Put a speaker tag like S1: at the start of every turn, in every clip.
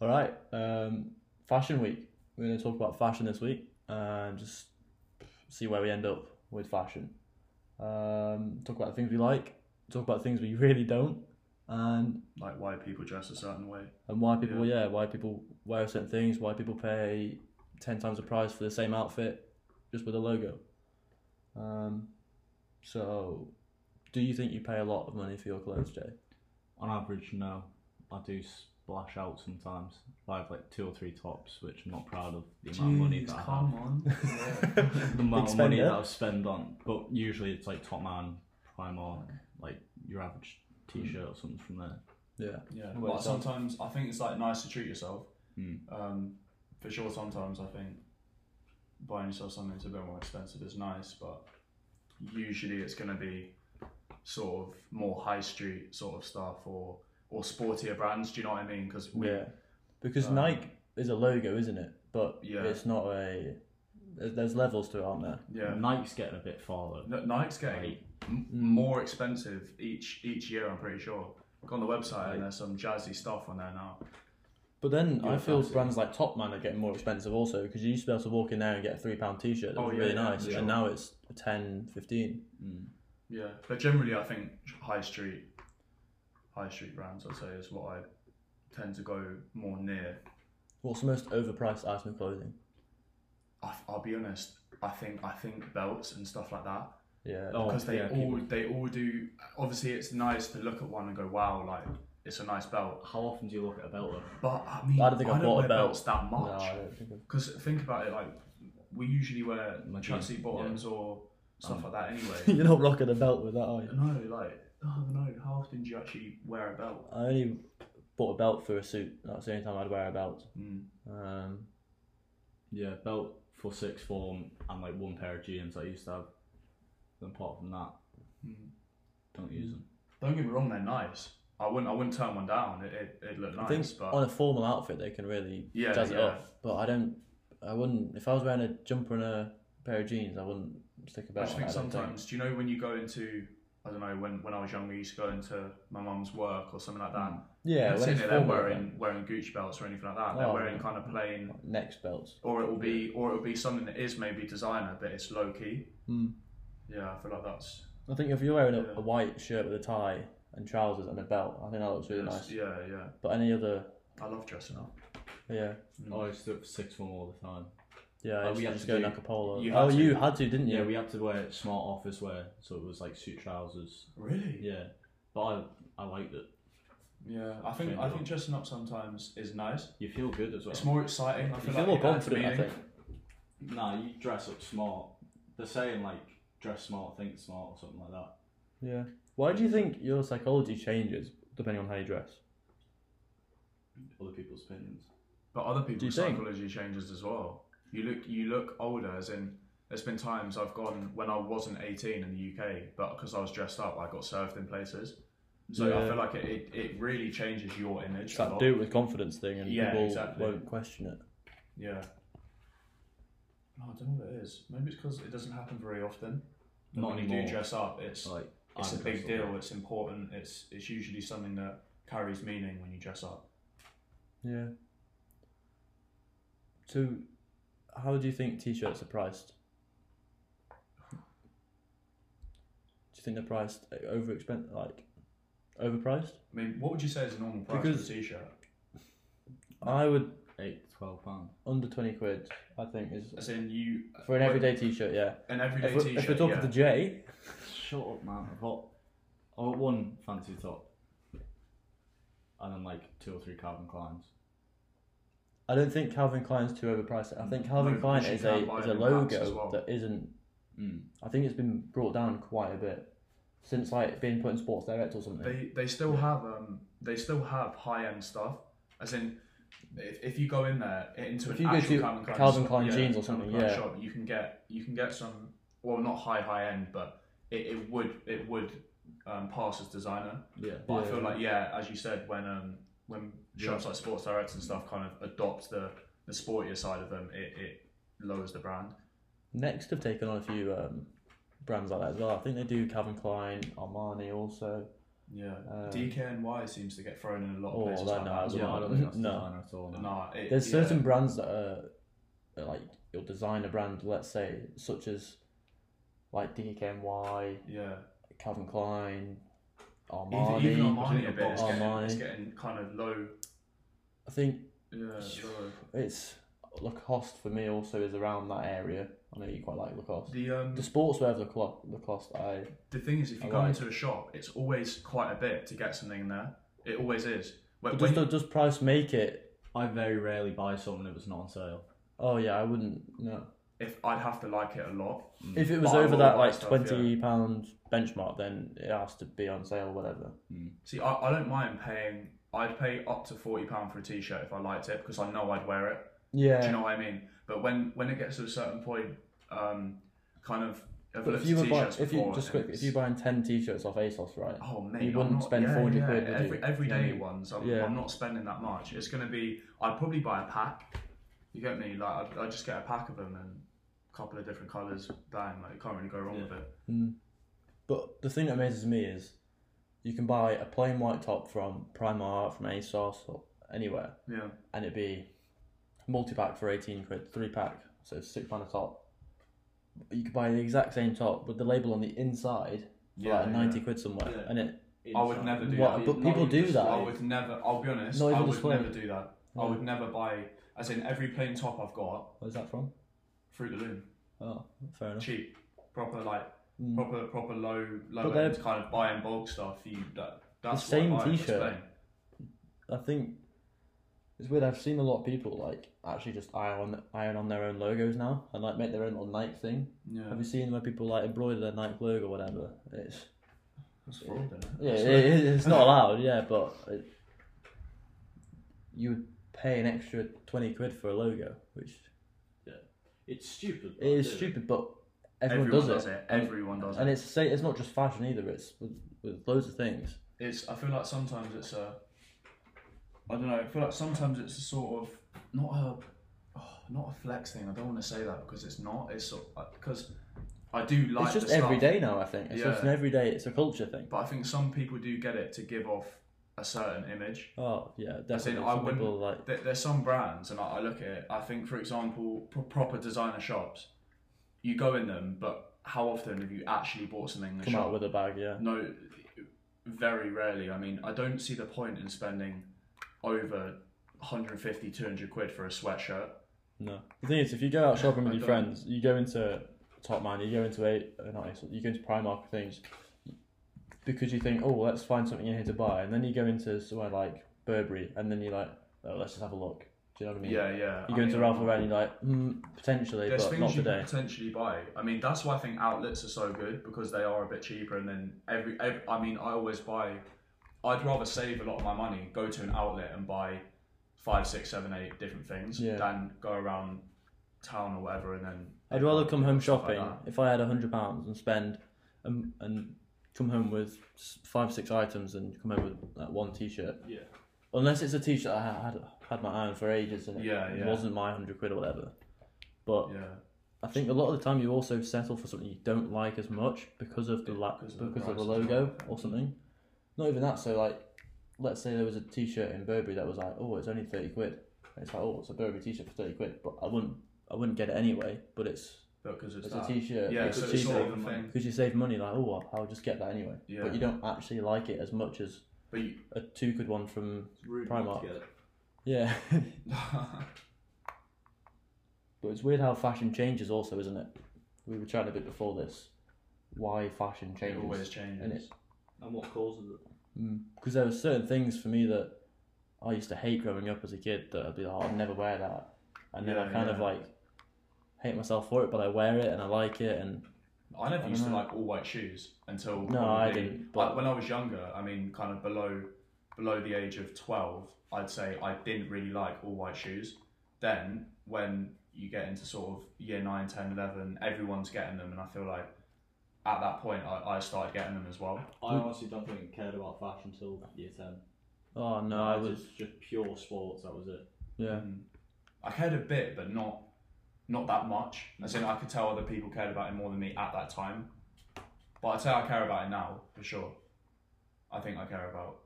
S1: All right. Um, fashion week. We're going to talk about fashion this week and just see where we end up with fashion. Um, talk about the things we like. Talk about things we really don't, and
S2: Like why people dress a certain way.
S1: and why people yeah. why people wear certain things, why people pay ten times the price for the same outfit just with a logo. Um, so, do you think you pay a lot of money for your clothes, Jay?
S3: On average, no. I do splash out sometimes. I have like two or three tops, which I'm not proud of the amount of money that I have.
S4: come on.
S3: The amount
S1: Big
S3: of money
S1: spender.
S3: that I spend on. But usually it's like Top Man, Primark, like your average t shirt or something from there.
S1: Yeah.
S4: Yeah,
S1: about
S4: but
S1: yourself?
S4: sometimes I think it's like nice to treat yourself.
S3: Hmm.
S4: Um, for sure, sometimes I think buying yourself something that's a bit more expensive is nice, but usually it's going to be sort of more high street sort of stuff or or sportier brands. Do you know what I mean? Because we
S1: Yeah, because
S4: Um,
S1: Nike is a logo, isn't it? But
S4: Yeah.
S1: it's not a. There's, there's levels to it, aren't there?
S4: yeah.
S3: Nike's getting a bit far though.
S4: N- Nike's getting
S3: Like,
S4: m- more expensive each each year. I'm pretty sure. Look on the website, and there's some jazzy stuff on there now.
S1: But then
S4: Yeah,
S1: I feel
S4: absolutely.
S1: brands like Top Man are getting more expensive also because you used to be able to walk in there and get a three pound t shirt that
S4: Oh,
S1: was
S4: yeah,
S1: really
S4: yeah,
S1: nice,
S4: yeah.
S1: and now it's 10, 15.
S4: Yeah, but generally, I think high street, high street brands, I'd say, is what I tend to go more near.
S1: What's the most overpriced item of clothing?
S4: I, will be honest. I think I think belts and stuff like that
S1: Yeah,
S3: Oh,
S4: because they
S3: yeah,
S4: all
S3: people-
S4: they all do. Obviously, it's nice to look at one and go, "Wow, like it's a nice belt."
S3: How often do you look at a belt though?
S4: But I mean,
S1: I don't think I've bought a
S4: wear
S1: belt.
S4: belts that
S1: no,
S4: much
S1: I don't think of-
S4: because think about it. Like we usually wear
S3: My jeans,
S4: tracksuit bottoms or
S3: Um,
S4: stuff like that anyway.
S1: you're not rocking a belt with that, are you?
S4: no, like oh no, how often do you actually wear a belt?
S1: I only bought a belt for a suit. That's the only time I'd wear a belt.
S4: Mm.
S1: Um,
S3: Yeah, belt for six form and like one pair of jeans I used to have. Then apart from that,
S4: Mm.
S3: don't use them.
S4: Don't get me wrong, they're nice. I wouldn't I wouldn't turn one down. It it, it looked
S1: I
S4: nice,
S1: think
S4: but
S1: on a formal outfit they can really
S4: Yeah,
S1: jazz it
S4: yeah.
S1: up. But I don't. I wouldn't. If I was wearing a jumper and a pair of jeans, I wouldn't stick a
S4: I
S1: belt.
S4: just
S1: on it,
S4: think
S1: I don't
S4: sometimes do you know when you go into I don't know when when I was young we used to go into my mum's work or something like that.
S1: Mm. Yeah,
S4: and
S1: when it's
S4: sitting there they're
S1: formal,
S4: wearing wearing Gucci belts or anything like that. They're
S1: Oh,
S4: wearing
S1: yeah.
S4: kind of plain,
S1: like, next belts.
S4: or it will be or it will be something that is maybe designer but it's low key.
S1: Mm.
S4: Yeah, I feel like that's,
S1: I think if you're wearing a,
S4: Yeah.
S1: a white shirt with a tie and trousers and a belt, I think that looks really nice.
S4: yeah yeah.
S1: But any other,
S4: I love dressing up.
S1: yeah,
S3: I used to do it for six form all the time.
S1: yeah, I
S3: Oh, we
S1: just,
S3: had
S1: just
S3: to
S1: go
S3: do-
S1: like a polo.
S4: you had
S1: oh,
S4: to.
S1: you had to, didn't you?
S3: Yeah, we had to wear smart office wear, so it was like suit trousers.
S4: Really?
S3: Yeah, but I I liked it.
S4: Yeah, I think I think dressing up sometimes is nice.
S3: You feel good as well.
S4: It's more exciting. I
S1: you
S4: feel
S1: feel
S4: like
S1: more
S4: it adds
S1: confident, I
S4: meaning.
S1: think.
S3: Nah, you dress up smart. They're saying like dress smart, think smart, or something like that.
S1: Yeah. Why do you think your psychology changes depending on how you dress?
S3: Other people's opinions.
S4: But other people's
S1: think?
S4: psychology changes as well. You look you look older, as in there's been times I've gone when I wasn't 18 in the UK, but because I was dressed up, I got served in places. So I
S1: Yeah.
S4: feel like it, it, it really changes your image.
S1: It's
S4: a
S1: that
S4: lot.
S1: do it with confidence thing, and
S4: Yeah,
S1: people
S4: exactly.
S1: won't question it.
S4: Yeah. No, I don't know what it is. Maybe it's because it doesn't happen very often. But
S3: Not
S4: when you
S3: anymore.
S4: do dress up, it's
S3: Like
S4: it's a
S3: I'm
S4: big
S3: dressed up.
S4: deal. It's important. It's it's usually something that carries meaning when you dress up.
S1: Yeah. So, how do you think t-shirts are priced? Do you think they're priced over expen- like overpriced?
S4: I mean, what would you say is a normal price
S1: Because-
S4: for a t-shirt?
S1: I would
S3: Eight to twelve pound.
S1: under twenty quid. I think is
S4: As in you
S1: Uh, for an everyday t-shirt. Yeah.
S4: an everyday
S1: If we're,
S4: t-shirt.
S1: if we're talking
S4: yeah.
S1: to Jay,
S3: Shut up, man. I've got I got one fancy top, and then like two or three Calvin Kleins.
S1: I don't think Calvin Klein's too overpriced. I think Calvin
S4: No,
S1: Klein
S4: because you
S1: is
S4: can't
S1: a
S4: buy
S1: is
S4: it
S1: a
S4: in packs as
S1: logo
S4: well.
S1: that isn't
S4: Hmm.
S3: Mm.
S1: I think it's been brought down quite a bit since like being put in Sports Direct or something.
S4: they they still have um they still have high end stuff. As in, if, if you go in there into
S1: If
S4: an
S1: you go
S4: actual
S1: to
S4: Calvin Klein,
S1: Calvin
S4: shop-
S1: Klein
S4: yeah,
S1: jeans or
S4: Calvin
S1: something,
S4: Klein
S1: yeah.
S4: shop, you can get you can get some. Well, not high high end, but it, it would it would um, pass as designer.
S3: Yeah.
S4: But I
S1: Yeah.
S4: feel like yeah, as you said, when um when shops like Sports Direct and stuff kind of adopt the the sportier side of them, it, it lowers the brand.
S1: Next have taken on a few um, brands like that as well. I think they do Calvin Klein, Armani also.
S4: Yeah.
S1: Um,
S4: DKNY seems to get thrown in a lot of
S1: Oh,
S4: places.
S1: that-
S4: like
S1: no,
S4: that
S1: I
S4: as
S1: wouldn't-
S3: Yeah,
S4: well.
S3: I don't think that's
S1: No.
S3: designer at all. no.
S4: Nah, it-
S1: There's
S4: yeah.
S1: certain brands that are, are like you'll design a brand, let's say, such as like DKNY,
S4: Yeah.
S1: Calvin Klein, Armani.
S4: Even, even
S1: I think
S4: Armani a bit.
S1: I've
S4: It's
S1: got
S4: getting, it's
S1: Armani.
S4: getting kind of low.
S1: I think
S4: Yeah. Low.
S1: it's Lacoste for me also is around that area. I know you quite like Lacoste.
S4: The um
S1: The sportswear of Lacoste, Lacoste I
S4: the thing is, if you
S1: I
S4: go
S1: like-
S4: into a shop, it's always quite a bit to get something in there. It always is. When,
S1: but does,
S4: when-
S1: does price make it?
S3: I very rarely buy something if it's not on sale.
S1: Oh yeah, I wouldn't. No,
S4: if I'd have to like it a lot,
S1: if it was
S4: But I
S1: over
S4: will
S1: that
S4: buy
S1: like
S4: stuff,
S1: twenty pound benchmark, then it has to be on sale or whatever.
S4: See, I, I don't mind paying. I'd pay up to forty pound for a T-shirt if I liked it because I know I'd wear it.
S1: Yeah,
S4: Do you know what I mean? But when when it gets to a certain point, um, kind of. I've
S1: but
S4: looked
S1: if you
S4: at
S1: were buying,
S4: T-shirts
S1: if you
S4: before
S1: just
S4: and
S1: quick, if
S4: it's-
S1: you buying ten t-shirts off ASOS, right?
S4: Oh mate,
S1: you
S4: I'm
S1: wouldn't
S4: not-
S1: spend
S4: yeah,
S1: 40
S4: yeah,
S1: quid, would
S4: every,
S1: you?
S4: Everyday
S1: Yeah.
S4: ones, I'm,
S1: Yeah.
S4: I'm not spending that much. It's gonna be. I'd probably buy a pack. You get me? Like I'd, I'd just get a pack of them and a couple of different colours. Bang! Like you can't really go wrong with it.
S1: But the thing that amazes me is you can buy a plain white top from Primark, from ASOS, or anywhere,
S4: Yeah.
S1: and it'd be multi pack for 18 quid, three pack, so it's six pound a top. You could buy the exact same top with the label on the inside for
S4: Yeah,
S1: like 90
S4: yeah.
S1: quid somewhere,
S3: Yeah.
S1: and it
S4: I would never do
S1: What,
S4: that.
S1: but
S4: Not
S1: people
S4: even
S1: do
S4: just-
S1: that.
S4: I would never. I'll be honest.
S1: Not
S4: I
S1: even
S4: would
S1: display.
S4: never do that. I would never buy. As in every plain top I've got,
S1: where's that from?
S4: Fruit of the Loom,
S1: Oh, fair enough.
S4: cheap, proper like
S1: Mm.
S4: proper proper low low
S1: But they're-
S4: end kind of buy in bulk stuff. You that that's
S1: The same
S4: what I buy, that's
S1: t-shirt.
S4: plain.
S1: I think it's weird. I've seen a lot of people like actually just iron on iron on their own logos now and like make their own little Nike thing.
S4: Yeah,
S1: Have you seen where people like embroider their Nike logo or whatever? It's
S4: that's fraud then.
S1: yeah,
S4: That's
S1: it,
S4: like-
S1: it- it's not allowed. Yeah, but it, you would pay an extra twenty quid for a logo, which
S3: It's stupid.
S1: it is
S3: but-
S1: stupid, but everyone,
S4: Oh, Everyone
S1: does, it. And-
S4: Everyone does
S1: and
S4: it.
S1: it's say it's not just fashion either. It's with, with loads of things.
S4: It's. I feel like sometimes it's a. I don't know. I feel like sometimes it's a sort of not a, oh, not a flex thing. I don't want to say that because it's not. It's sort because I do like.
S1: it's just
S4: the stuff.
S1: every day now. I think it's just an
S4: Yeah.
S1: everyday. It's a culture thing.
S4: But I think some people do get it to give off a certain image.
S1: Oh yeah,
S4: in,
S1: definitely.
S4: I
S1: Some people
S4: wouldn't-
S1: like
S4: There, there's some brands, and I, I look at it. I think, for example, pro proper designer shops, you go in them, but how often have you actually bought something in the
S1: come
S4: shop? Mm.
S1: out with a bag. Yeah,
S4: no, very rarely. I mean, I don't see the point in spending over 150, 200 quid for a sweatshirt.
S1: no. The thing is, if you go out shopping with
S4: I
S1: your
S4: don't-
S1: friends, you go into Top Man, you go into a uh, not Asos, you go into Primark and things because you think, oh, let's find something in here to buy, and then you go into somewhere like Burberry, and then you're like, oh, let's just have a look. Do you know what I mean?
S4: Yeah, yeah.
S1: You
S4: I
S1: go into
S4: mean,
S1: Ralph Lauren, you're like, mm, potentially,
S4: There's
S1: but
S4: things
S1: not
S4: you
S1: today.
S4: can potentially buy. I mean, that's why I think outlets are so good because they are a bit cheaper. And then every, every I mean, I always buy. I'd rather save a lot of my money, go to an outlet and buy five, six, seven, eight different things
S1: Yeah.
S4: than go around town or whatever. And then
S1: I'd rather come home
S4: Stuff like
S1: shopping
S4: that.
S1: if I had a hundred pounds and spend um, and come home with s- five six items and come home with like one t-shirt.
S3: Yeah.
S1: Unless it's a t-shirt I ha- had had my eye on for ages and it
S4: Yeah, yeah.
S1: wasn't my hundred quid or whatever. But
S4: Yeah,
S1: I think a lot of the time you also settle for something you don't like as much because of the la- because,
S4: Because
S1: of
S4: of the
S1: the
S4: price as
S1: logo
S4: well.
S1: or something. Not even that. So like, let's say there was a T-shirt in Burberry that was like, oh, it's only thirty quid. And it's like, oh, it's a Burberry T-shirt for thirty quid, but I wouldn't I wouldn't get it anyway. But it's
S4: because it's,
S1: it's
S4: that.
S1: a T-shirt.
S4: Yeah,
S1: it's
S4: so
S1: a
S4: it's
S1: T-shirt.
S4: sort of a thing.
S1: Because you save money, like, oh, well, I'll just get that anyway.
S4: Yeah.
S1: But you don't actually like it as much as
S4: But you,
S1: a two good one from.
S3: It's rude not to
S1: Primark.
S3: get it.
S1: Yeah. but it's weird how fashion changes, also, isn't it? We were chatting a bit before this. Why fashion
S4: it
S1: changes?
S4: always changes.
S1: And it-
S3: And what causes it?
S1: Because there were certain things for me that I used to hate growing up as a kid that I'd be like, "Oh, I'd never wear that. And then I
S4: Yeah,
S1: kind of
S4: yeah.
S1: like hate myself for it, but I wear it and I like it. And
S4: I never
S1: I
S4: used
S1: don't
S4: to
S1: know.
S4: like all white shoes until
S1: No, I
S4: probably-
S1: didn't, but-
S4: like, when I was younger, I mean, kind of below below the age of twelve, I'd say I didn't really like all white shoes. Then when you get into sort of year 9, 10, 11, everyone's getting them, and I feel like at that point I, I started getting them as well.
S3: I honestly don't think I cared about fashion until year 10.
S1: oh no, I was
S3: just, just pure sports, that was it.
S1: yeah.
S4: And Mm. I cared a bit, but not not that much. As in, I could tell other people cared about it more than me at that time. But I'd say I care about it now for sure. I think I care about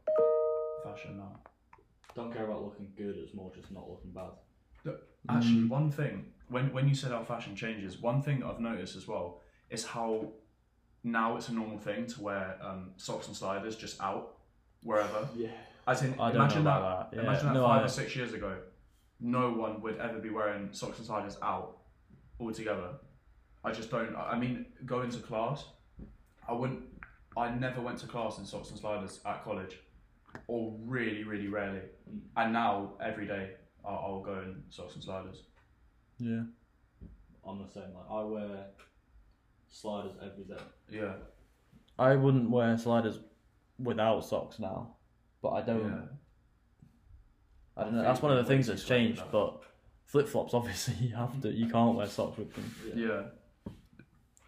S4: fashion now.
S3: Don't care about looking good. It's more just not looking bad.
S4: Actually, one thing when when you said how fashion changes, one thing that I've noticed as well is how now it's a normal thing to wear um, socks and sliders just out wherever.
S3: Yeah.
S4: As in,
S1: I don't
S4: imagine
S1: know
S4: that.
S1: about that. Yeah.
S4: Imagine that
S1: No,
S4: five
S1: I-
S4: or six years ago, no one would ever be wearing socks and sliders out altogether. I just don't. I I mean, going to class, I wouldn't. I never went to class in socks and sliders at college, or really, really rarely. And now every day, I'll, I'll go in socks and sliders.
S1: Yeah.
S3: I'm the same. Like I wear sliders every day.
S4: Yeah,
S1: I wouldn't wear sliders without socks now, but I don't.
S4: yeah.
S1: I don't
S4: I
S1: know.
S4: think
S1: That's one of the
S4: way
S1: things
S4: too
S1: that's
S4: clean
S1: changed.
S4: now.
S1: But flip flops, obviously, you have to. You can't wear socks with them.
S4: yeah.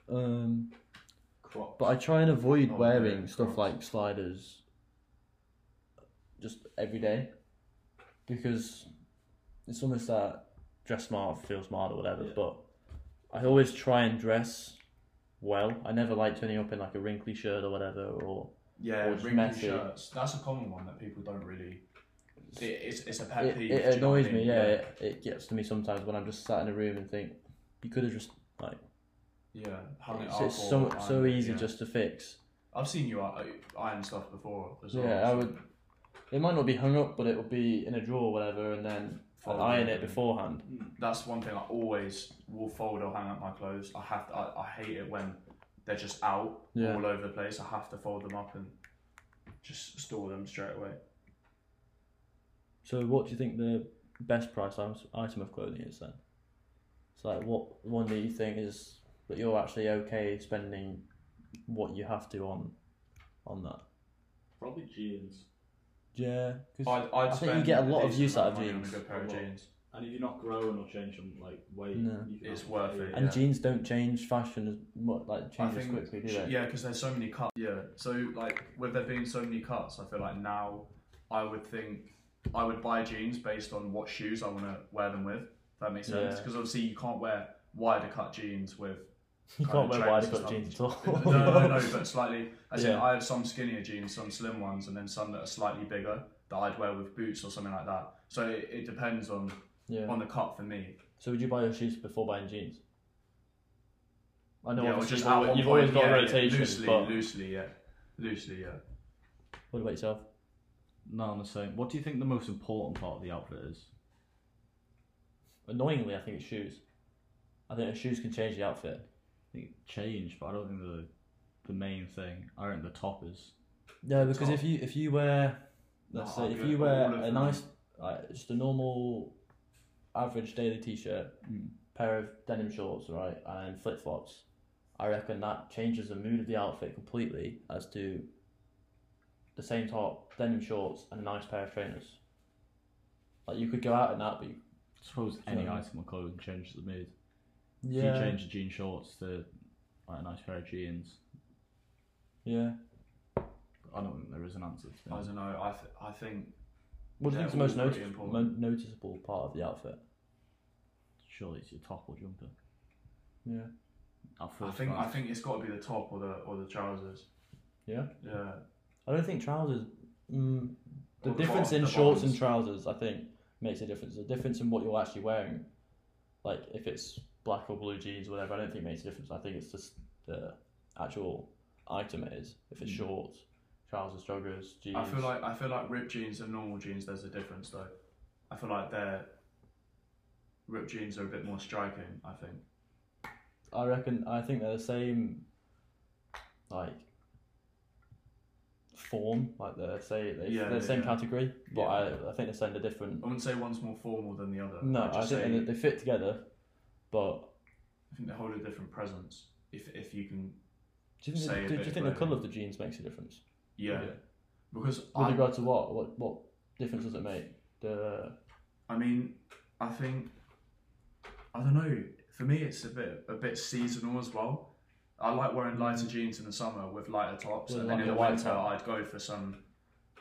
S1: Um,
S3: Crocs.
S1: but I try and avoid
S4: Oh, yeah,
S1: wearing stuff
S4: Crocs.
S1: like sliders. Just every day, because it's almost that dress smart, feel smart, or whatever.
S3: Yeah.
S1: But I always try and dress well. I never like turning up in like a wrinkly shirt or whatever, or
S4: Yeah,
S1: Or just
S4: wrinkly
S1: messy.
S4: shirts. That's a common one that people don't really. It, it's, it's a pet
S1: it,
S4: peeve.
S1: it
S4: do you know what I
S1: annoys me.
S4: mean?
S1: Yeah, It, it gets to me sometimes when I'm just sat in a room and think you could have just like
S4: yeah. Having it
S1: it's,
S4: out
S1: it's
S4: all
S1: so
S4: the time,
S1: so easy
S4: yeah.
S1: just to fix.
S4: I've seen you iron- iron stuff before. As well,
S1: Yeah, I
S4: so-
S1: would. It might not be hung up, but it will be in a drawer, or whatever, and then I'll
S4: Fold
S1: iron
S4: it
S1: it
S4: and-
S1: beforehand.
S4: That's one thing I always will fold or hang up my clothes. I have to. I, I hate it when they're just out
S1: Yeah.
S4: all over the place. I have to fold them up and just store them straight away.
S1: So, what do you think the best price item- item of clothing is then? It's like what one that you think is that you're actually okay spending what you have to on on that.
S3: Probably jeans.
S1: Yeah, because
S4: I'd, I'd
S1: I think you
S4: spend
S1: get a lot of
S4: decent
S1: use out
S4: amount
S1: of
S4: money on
S1: jeans.
S4: A good pair of
S3: A lot.
S4: jeans.
S3: And if you're not growing or changing like weight,
S1: No.
S3: you can
S4: It's
S3: have-
S4: worth it.
S1: and
S4: yeah.
S1: jeans don't change fashion as much, like
S4: I
S1: change as quickly, do
S4: sh-
S1: they?
S4: Yeah, because there's so many cuts. Yeah, so like with there being so many cuts, I feel like now I would think I would buy jeans based on what shoes I want to wear them with. If that makes sense,
S1: Yeah.
S4: because obviously you can't wear wider cut jeans with.
S1: You
S4: kind
S1: can't
S4: of
S1: wear
S4: trainers
S1: wide
S4: and
S1: cut
S4: stuff.
S1: jeans at all.
S4: no, no, no, but slightly. As in,
S1: Yeah.
S4: I have some skinnier jeans, some slim ones, and then some that are slightly bigger that I'd wear with boots or something like that. So it, it depends on
S1: Yeah.
S4: on the cut for me.
S1: So would you buy your shoes before buying jeans? I know
S4: yeah, or
S1: obviously
S4: just
S1: you've
S4: at
S1: always,
S4: one
S1: you've always
S4: point,
S1: got
S4: yeah, yeah,
S1: rotations,
S4: Loosely,
S1: but
S4: loosely, yeah, loosely, yeah.
S1: what about yourself?
S3: No, I'm the same. What do you think the most important part of the outfit is?
S1: Annoyingly, I think it's shoes. I think the shoes can change the outfit.
S3: I think it changed, but I don't think the the main thing. I think the top is.
S1: No, because
S4: top.
S1: if you if you wear, let's
S4: No,
S1: say
S4: I'll
S1: if
S4: go
S1: you
S4: all
S1: wear
S4: of
S1: a
S4: them.
S1: nice, like, just a normal, average daily t-shirt,
S3: Mm.
S1: pair of denim shorts, right, and flip flops, I reckon that changes the mood of the outfit completely as to the same top, denim shorts, and a nice pair of trainers. Like you could go out in that, but you,
S3: I suppose any
S1: Yeah.
S3: item of clothing changes the mood. If you change the jean shorts to like a nice pair of jeans,
S1: yeah.
S3: I don't think there is an answer. To
S4: I
S3: that.
S1: Mm.
S4: don't know. I th- I think
S1: What do you
S4: They're
S1: think the most
S4: all
S1: notice-
S4: pretty
S1: mo-
S4: important.
S1: noticeable part of the outfit?
S3: Surely it's your top or jumper.
S1: Yeah.
S4: I
S3: At first
S4: think I
S3: glance.
S4: think it's got to be the top or the or the trousers.
S1: Yeah?
S4: Yeah.
S1: I don't think trousers. Mm, the
S4: Or the
S1: difference
S4: bottom-
S1: in
S4: the
S1: shorts and
S4: bottoms.
S1: trousers, I think, makes a difference. The difference in what you're actually wearing, like if it's black or blue jeans, or whatever, I don't think it makes a difference. I think it's just the actual item it is. If it's
S3: Mm.
S1: shorts, trousers, joggers, jeans.
S4: I feel like I feel like ripped jeans and normal jeans. There's a difference though. I feel like they're ripped jeans are a bit more striking. I think.
S1: I reckon. I think they're the same. Like. Form, like they say, they,
S4: Yeah,
S1: they're the
S4: yeah,
S1: same
S4: yeah.
S1: category, but
S4: Yeah.
S1: I, I think they're saying they're different.
S4: I wouldn't say one's more formal than the other.
S1: No,
S4: I'd
S1: I
S4: just
S1: think
S4: say,
S1: they, they fit together, but
S4: I think they hold a different presence. If if you can,
S1: do you think,
S4: Say
S1: do,
S4: a
S1: do
S4: bit
S1: you think the
S4: about
S1: colour
S4: it.
S1: of the jeans makes a difference?
S4: yeah. Because
S1: With
S4: I
S1: regard to what? What what difference does it make? The
S4: I mean, I think I don't know. For me, it's a bit a bit seasonal as well. I like wearing lighter jeans in the summer with lighter tops,
S1: With
S4: and then
S1: like
S4: in
S1: a
S4: the
S1: white
S4: winter,
S1: top.
S4: I'd go for some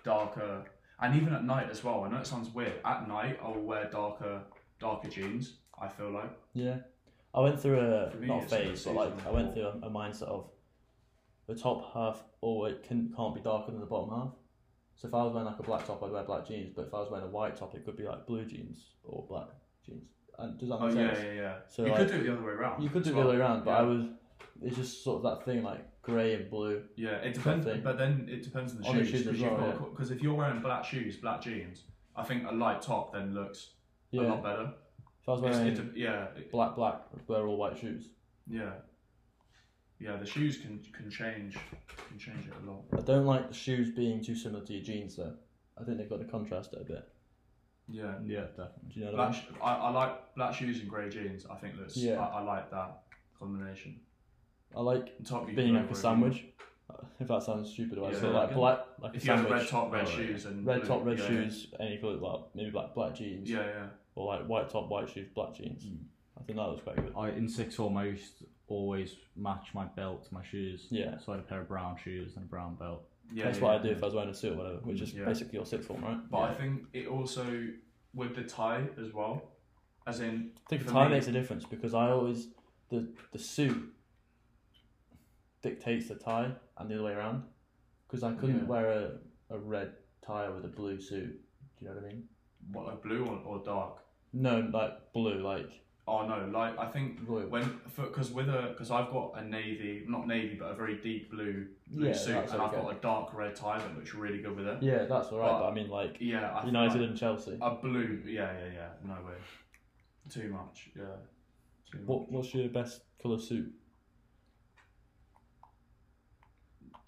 S4: darker. And even at night as well. I know it sounds weird. At night, I'll wear darker darker jeans. I feel like
S1: yeah, I went through a
S4: For me,
S1: not a
S4: it's a bit
S1: phase, but like I
S4: seasonal.
S1: went through a, a mindset of the top half or it can can't be darker than the bottom half. So if I was wearing like a black top, I'd wear black jeans. But if I was wearing a white top, it could be like blue jeans or black jeans. And does that
S4: Oh
S1: make
S4: yeah,
S1: sense?
S4: yeah, yeah.
S1: So,
S4: you
S1: like,
S4: could do it the other way around.
S1: You could do
S4: as
S1: it the other
S4: well.
S1: way around, but
S4: yeah.
S1: I was. It's just sort of that thing like grey and blue.
S4: Yeah,
S1: Sort of
S4: it depends.
S1: thing.
S4: But then it depends on the
S1: On the
S4: shoes
S1: shoes as
S4: because
S1: well,
S4: got because if you're wearing black shoes, black jeans, I think a light top then looks
S1: Yeah.
S4: a lot better.
S1: If I was
S4: It's-
S1: wearing
S4: it de- yeah, it-
S1: black, black, I'd wear all white shoes.
S4: yeah, yeah. The shoes can can change can change it a lot.
S1: I don't like the shoes being too similar to your jeans though. I think they've got to contrast it a bit.
S4: Yeah.
S3: Yeah, definitely.
S1: Do you know what I
S4: Black,
S1: mean?
S4: sh- I, I like black shoes and grey jeans. I think that's
S1: Yeah.
S4: I, I like that combination.
S1: I like
S4: And top you
S1: being
S4: can
S1: like
S4: wear
S1: a
S4: if you
S1: sandwich. If that sounds stupid, but I
S4: Yeah.
S1: feel like black, like
S4: want. If
S1: a
S4: you have
S1: sandwich.
S4: red top, red
S3: Oh, yeah.
S4: shoes, and
S1: Red
S4: blue,
S1: top, red
S4: yeah,
S1: shoes, any colour, like maybe like black jeans,
S4: Yeah, Mm. yeah.
S1: or like white top, white shoes, black jeans. I think that looks quite good.
S3: I in sixth form I used to always match my belt to my shoes.
S1: Yeah.
S3: So I had a pair of brown shoes and a brown belt.
S4: yeah
S1: That's
S4: yeah,
S1: what
S4: yeah. Mm,
S1: I do if I was wearing a suit or whatever, which is
S4: Yeah.
S1: basically your sixth form, right?
S4: But I think it also with the tie as well, as in
S1: I think a
S4: for
S1: tie
S4: me-
S1: makes a difference because I always the the suit dictates the tie and the other way around. Because I couldn't
S4: Yeah.
S1: wear a, a red tie with a blue suit. Do you know what I mean?
S4: what like blue or, or dark.
S1: No, like blue, like
S4: Oh no, like I think
S1: Blue.
S4: when because with a because I've got a navy, not navy, but a very deep blue, blue
S1: Yeah,
S4: suit,
S1: that's
S4: and I've
S1: okay.
S4: got a dark red tie that looks really good with it.
S1: yeah, that's alright. But,
S4: But-
S1: I mean, like
S4: Yeah, I feel
S1: United
S4: like
S1: and Chelsea.
S4: a blue. Yeah, yeah, yeah. No way, too much. Yeah. Too much.
S1: What what's your best colour suit?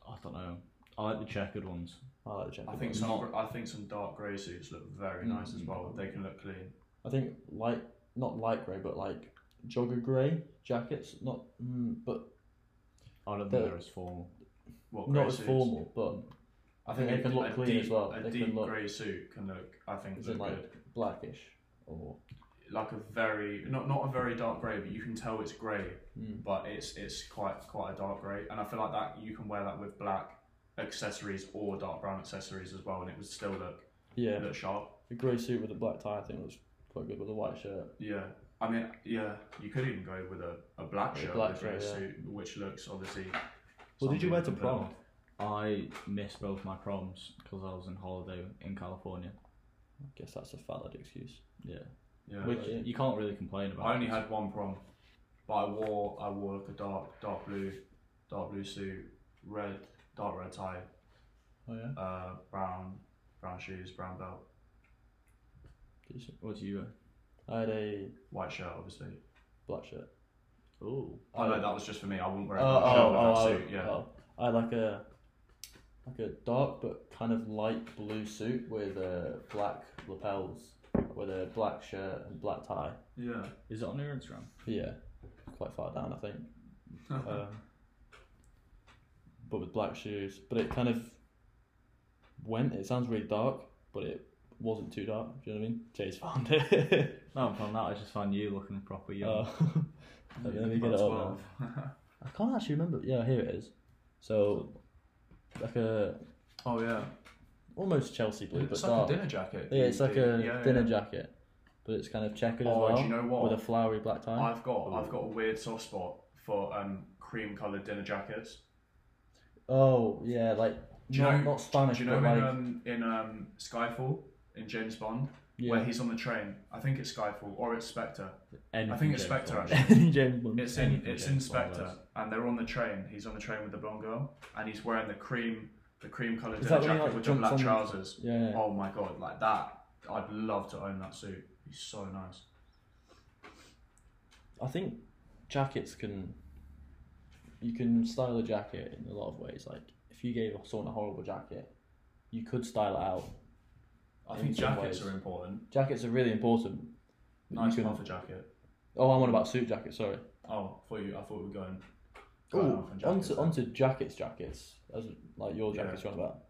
S3: I don't know. I like the checkered ones.
S1: I like the checkered
S4: I think
S1: ones.
S4: some
S3: Not-
S4: I think some dark grey suits look very nice
S1: Mm.
S4: as well. They can look clean.
S1: I think light, not light grey, but like jogger grey jackets. Not, mm, but
S3: I don't
S1: The-
S3: think they're as formal.
S4: What grey
S1: not as
S4: suits?
S1: formal. But I think they
S4: a-
S1: can look
S4: a
S1: clean
S4: deep,
S1: as well.
S4: A
S1: They
S4: deep
S1: can look
S4: grey suit can look. I think
S1: is
S4: look
S1: it like
S4: good.
S1: blackish or
S4: Like a very not not a very dark grey, but you can tell it's grey.
S1: Mm.
S4: But it's it's quite quite a dark grey, and I feel like that you can wear that with black accessories or dark brown accessories as well, and it would still look
S1: yeah,
S4: look sharp.
S1: a grey suit with a black tie. I think looks quite good with a white shirt.
S4: Yeah. I mean, yeah, you could even go with a, a black
S1: A
S4: shirt
S1: black
S4: with a grey
S1: shirt, yeah.
S4: suit, which looks obviously.
S1: Well, did you
S4: something
S1: wear to
S4: can put
S1: prom?
S4: on.
S3: I missed both my proms because I was on holiday in California.
S1: I guess that's a valid excuse.
S3: Yeah.
S4: Yeah.
S3: Which
S1: Oh, yeah.
S3: you can't really complain about.
S4: I only had one prom, but I wore I wore like a dark dark blue, dark blue suit, red dark red tie,
S1: Oh yeah,
S4: uh, brown brown shoes, brown belt,
S1: decent.
S3: What do you wear?
S1: I had a
S4: white shirt obviously.
S1: black shirt.
S3: Oh.
S4: Oh no, that was just for me. I wouldn't wear a
S1: Oh,
S4: black shirt with
S1: oh,
S4: that
S1: oh,
S4: suit.
S1: I-
S4: Yeah,
S1: oh. I had like a like a dark but kind of light blue suit with uh, black lapels, with a black shirt and black tie.
S4: yeah.
S3: Is it on your Instagram?
S1: Yeah, quite far down, I think.
S4: Uh-huh.
S1: um, but with black shoes, but it kind of went. It sounds really dark, but it wasn't too dark. Do you know what I mean? Jay's found it.
S3: No, from that I just found you looking proper young.
S1: Oh. let me- let me get it
S4: About
S1: up. now.
S4: 12.
S1: I can't actually remember. Yeah, here it is. So, like a
S4: Oh yeah,
S1: almost Chelsea blue,
S4: it's
S1: but
S4: like
S1: dark.
S4: a dinner jacket.
S1: yeah, it's
S4: You
S1: like
S4: do-
S1: a
S4: yeah,
S1: dinner
S4: yeah.
S1: jacket, but it's kind of checkered
S4: Oh,
S1: as well.
S4: do you know what?
S1: With a flowery black tie.
S4: I've got I've got a weird soft spot for um cream coloured dinner jackets.
S1: Oh yeah, like
S4: Do you
S1: not,
S4: know-
S1: not Spanish,
S4: Do you know
S1: but
S4: in
S1: like
S4: um, in um, Skyfall in James Bond where
S1: Yeah.
S4: he's on the train? I think it's Skyfall or it's Spectre.
S3: Anything
S4: I think it's
S3: goes
S4: Spectre,
S3: for it.
S4: actually.
S1: James Bond.
S4: It's in
S3: Anything
S4: it's
S3: goes
S4: in
S3: as well
S4: Spectre, and they're on the train. He's on the train with the blonde girl, and he's wearing the cream the cream coloured
S1: Is
S4: dinner
S1: that when he,
S4: jacket
S1: like,
S4: with the
S1: jumps
S4: black
S1: on the-
S4: trousers.
S1: Yeah.
S4: Oh my god, like that! I'd love to own that suit. He's so nice.
S1: I think jackets can. You can style a jacket in a lot of ways. Like if you gave someone a horrible jacket, you could style it out.
S4: I
S1: In
S4: think
S1: some
S4: jackets
S1: ways.
S4: are important.
S1: Jackets are really important. but you
S4: Nice
S1: can-
S4: puffer jacket.
S1: Oh, I'm on about suit jackets. Sorry.
S4: Oh, for you, I thought we were going. going
S1: Oh,
S4: off on jackets
S1: onto
S4: then.
S1: onto jackets, jackets. As like your
S4: Yeah.
S1: jackets you're on about.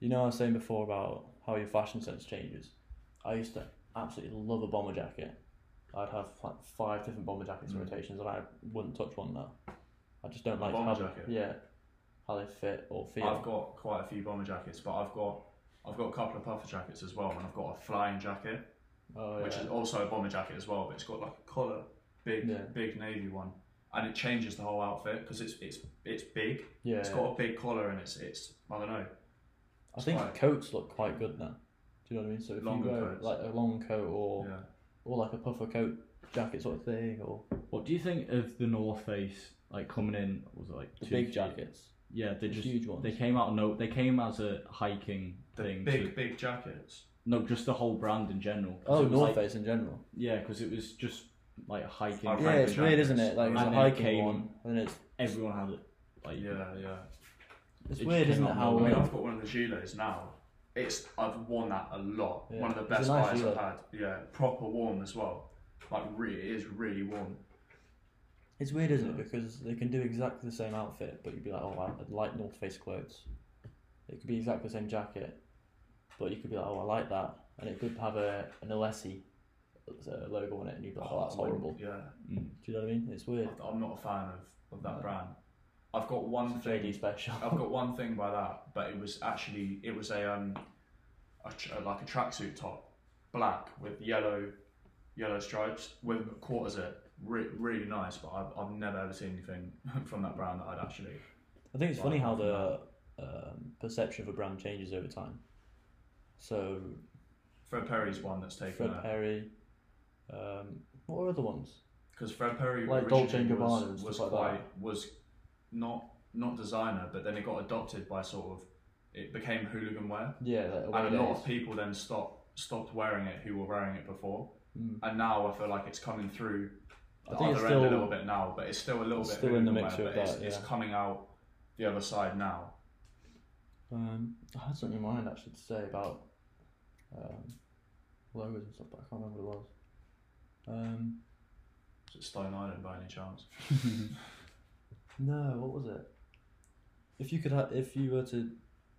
S1: You know, I was saying before about how your fashion sense changes. I used to absolutely love a bomber jacket. I'd have like five different bomber jackets
S4: Hmm.
S1: and rotations, and I wouldn't touch one now. I just don't like how,
S4: bomber jacket?
S1: Yeah, how they fit or feel.
S4: I've got quite a few bomber jackets, but I've got I've got a couple of puffer jackets as well, and I've got a flying jacket,
S1: Oh,
S4: which
S1: yeah.
S4: is also a bomber jacket as well, but it's got like a collar, big
S1: Yeah.
S4: big navy one, and it changes the whole outfit because it's it's it's big.
S1: Yeah,
S4: It's got a big collar and it's it's I don't know.
S1: I think
S4: quite-
S1: coats look quite good now. Do you know what I mean? So if
S4: Longer
S1: you go
S4: coats.
S1: like a long coat or
S4: Yeah.
S1: or like a puffer coat jacket sort of thing or
S3: What do you think of the North Face like coming in? Was it like
S1: the
S3: two-
S1: big jackets.
S3: Yeah, they
S1: the
S3: just
S1: huge ones.
S3: They came out no. They came as a hiking
S4: The
S3: thing.
S4: big
S3: to-
S4: big jackets.
S3: no, just the whole brand in general. 'Cause
S1: Oh,
S3: it was
S1: North
S3: like-
S1: Face in general.
S3: Yeah, because it was just like a hiking.
S4: Yeah,
S1: Yeah,
S4: Frank
S1: it's weird,
S4: Jackets.
S1: isn't it? Like it's a
S3: And it
S1: hiking
S3: came-
S1: one, and it's
S3: Everyone had it. Like
S4: Yeah, yeah.
S1: it's
S3: It
S1: weird,
S3: came
S1: isn't it?
S3: out
S1: How
S4: I mean,
S3: nowhere.
S1: like,
S4: I've got one of the gilets now. It's I've worn that a lot.
S1: Yeah.
S4: One of the
S1: It's a
S4: best
S1: nice
S4: buys I've
S1: gilet.
S4: had. Yeah, proper warm as well. Like really, it is really warm.
S1: it's weird, isn't it? Because they can do exactly the same outfit, but you'd be like, oh, I- I like North Face clothes. It could be exactly the same jacket, but you could be like, oh, I like that, and it could have a an Alessi uh, logo on it, and you'd be like, oh, that's
S4: I wouldn't-
S1: horrible.
S4: Yeah,
S1: Do you know what I mean? It's weird.
S4: I- I'm not a fan of, of that
S1: No.
S4: brand. I've got one thing.
S1: JD special.
S4: I've got one thing by that, but it was actually it was a um, a tr- like a tracksuit top, black with yellow, yellow stripes with quarters in. it. Re- really nice, but I've, I've never ever seen anything from that brand that I'd actually.
S1: I think it's funny
S4: Right,
S1: how the um, perception of a brand changes over time. So
S4: Fred Perry's one that's taken
S1: Fred
S4: there
S1: Perry, um, what are other ones?
S4: because Fred Perry
S1: Like Dolce and
S4: originally
S1: Gabbana and
S4: was,
S1: stuff
S4: was
S1: like that.
S4: quite was not not designer, but then it got adopted by sort of it became hooligan wear.
S1: Yeah, like away
S4: and a lot
S1: days.
S4: of people then stopped stopped wearing it who were wearing it before
S1: Mm.
S4: and now i feel like it's coming through
S1: I
S4: the
S1: think
S4: other
S1: it's
S4: end a
S1: still-
S4: little bit now but it's still a little
S1: it's
S4: bit
S1: still in the
S4: hooligan
S1: mixture
S4: wear,
S1: of
S4: but it's,
S1: that,
S4: it's
S1: yeah.
S4: coming out the other side now
S1: Um, I had something in mind actually to say about um, logos and stuff, but I can't remember what it was. Um,
S4: is it stone island by any chance
S1: no, what was it? If you could, ha- if you were to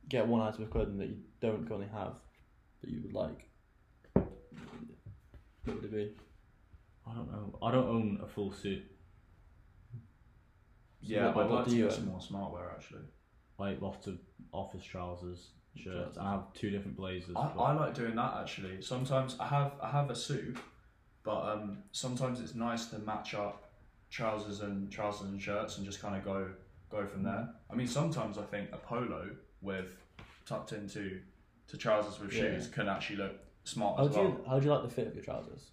S1: get one item of clothing that you don't currently have, that you would like, what would it be?
S3: I don't know. I don't own a full suit.
S4: yeah
S1: what-
S4: i'd
S1: what
S4: like
S1: do
S4: to
S1: you um,
S4: get
S1: own?
S4: some more smart wear actually
S3: Like lots of office trousers, shirts.
S1: Trousers.
S3: I have two different blazers.
S4: I,
S3: but-
S4: I like doing that actually sometimes i have i have a suit but um sometimes it's nice to match up trousers and trousers and shirts and just kind of go go from there i mean sometimes i think a polo with tucked into to trousers with
S1: Yeah.
S4: shoes can actually look smart
S1: How
S4: as
S1: do
S4: well
S1: you how do you like the fit of your trousers?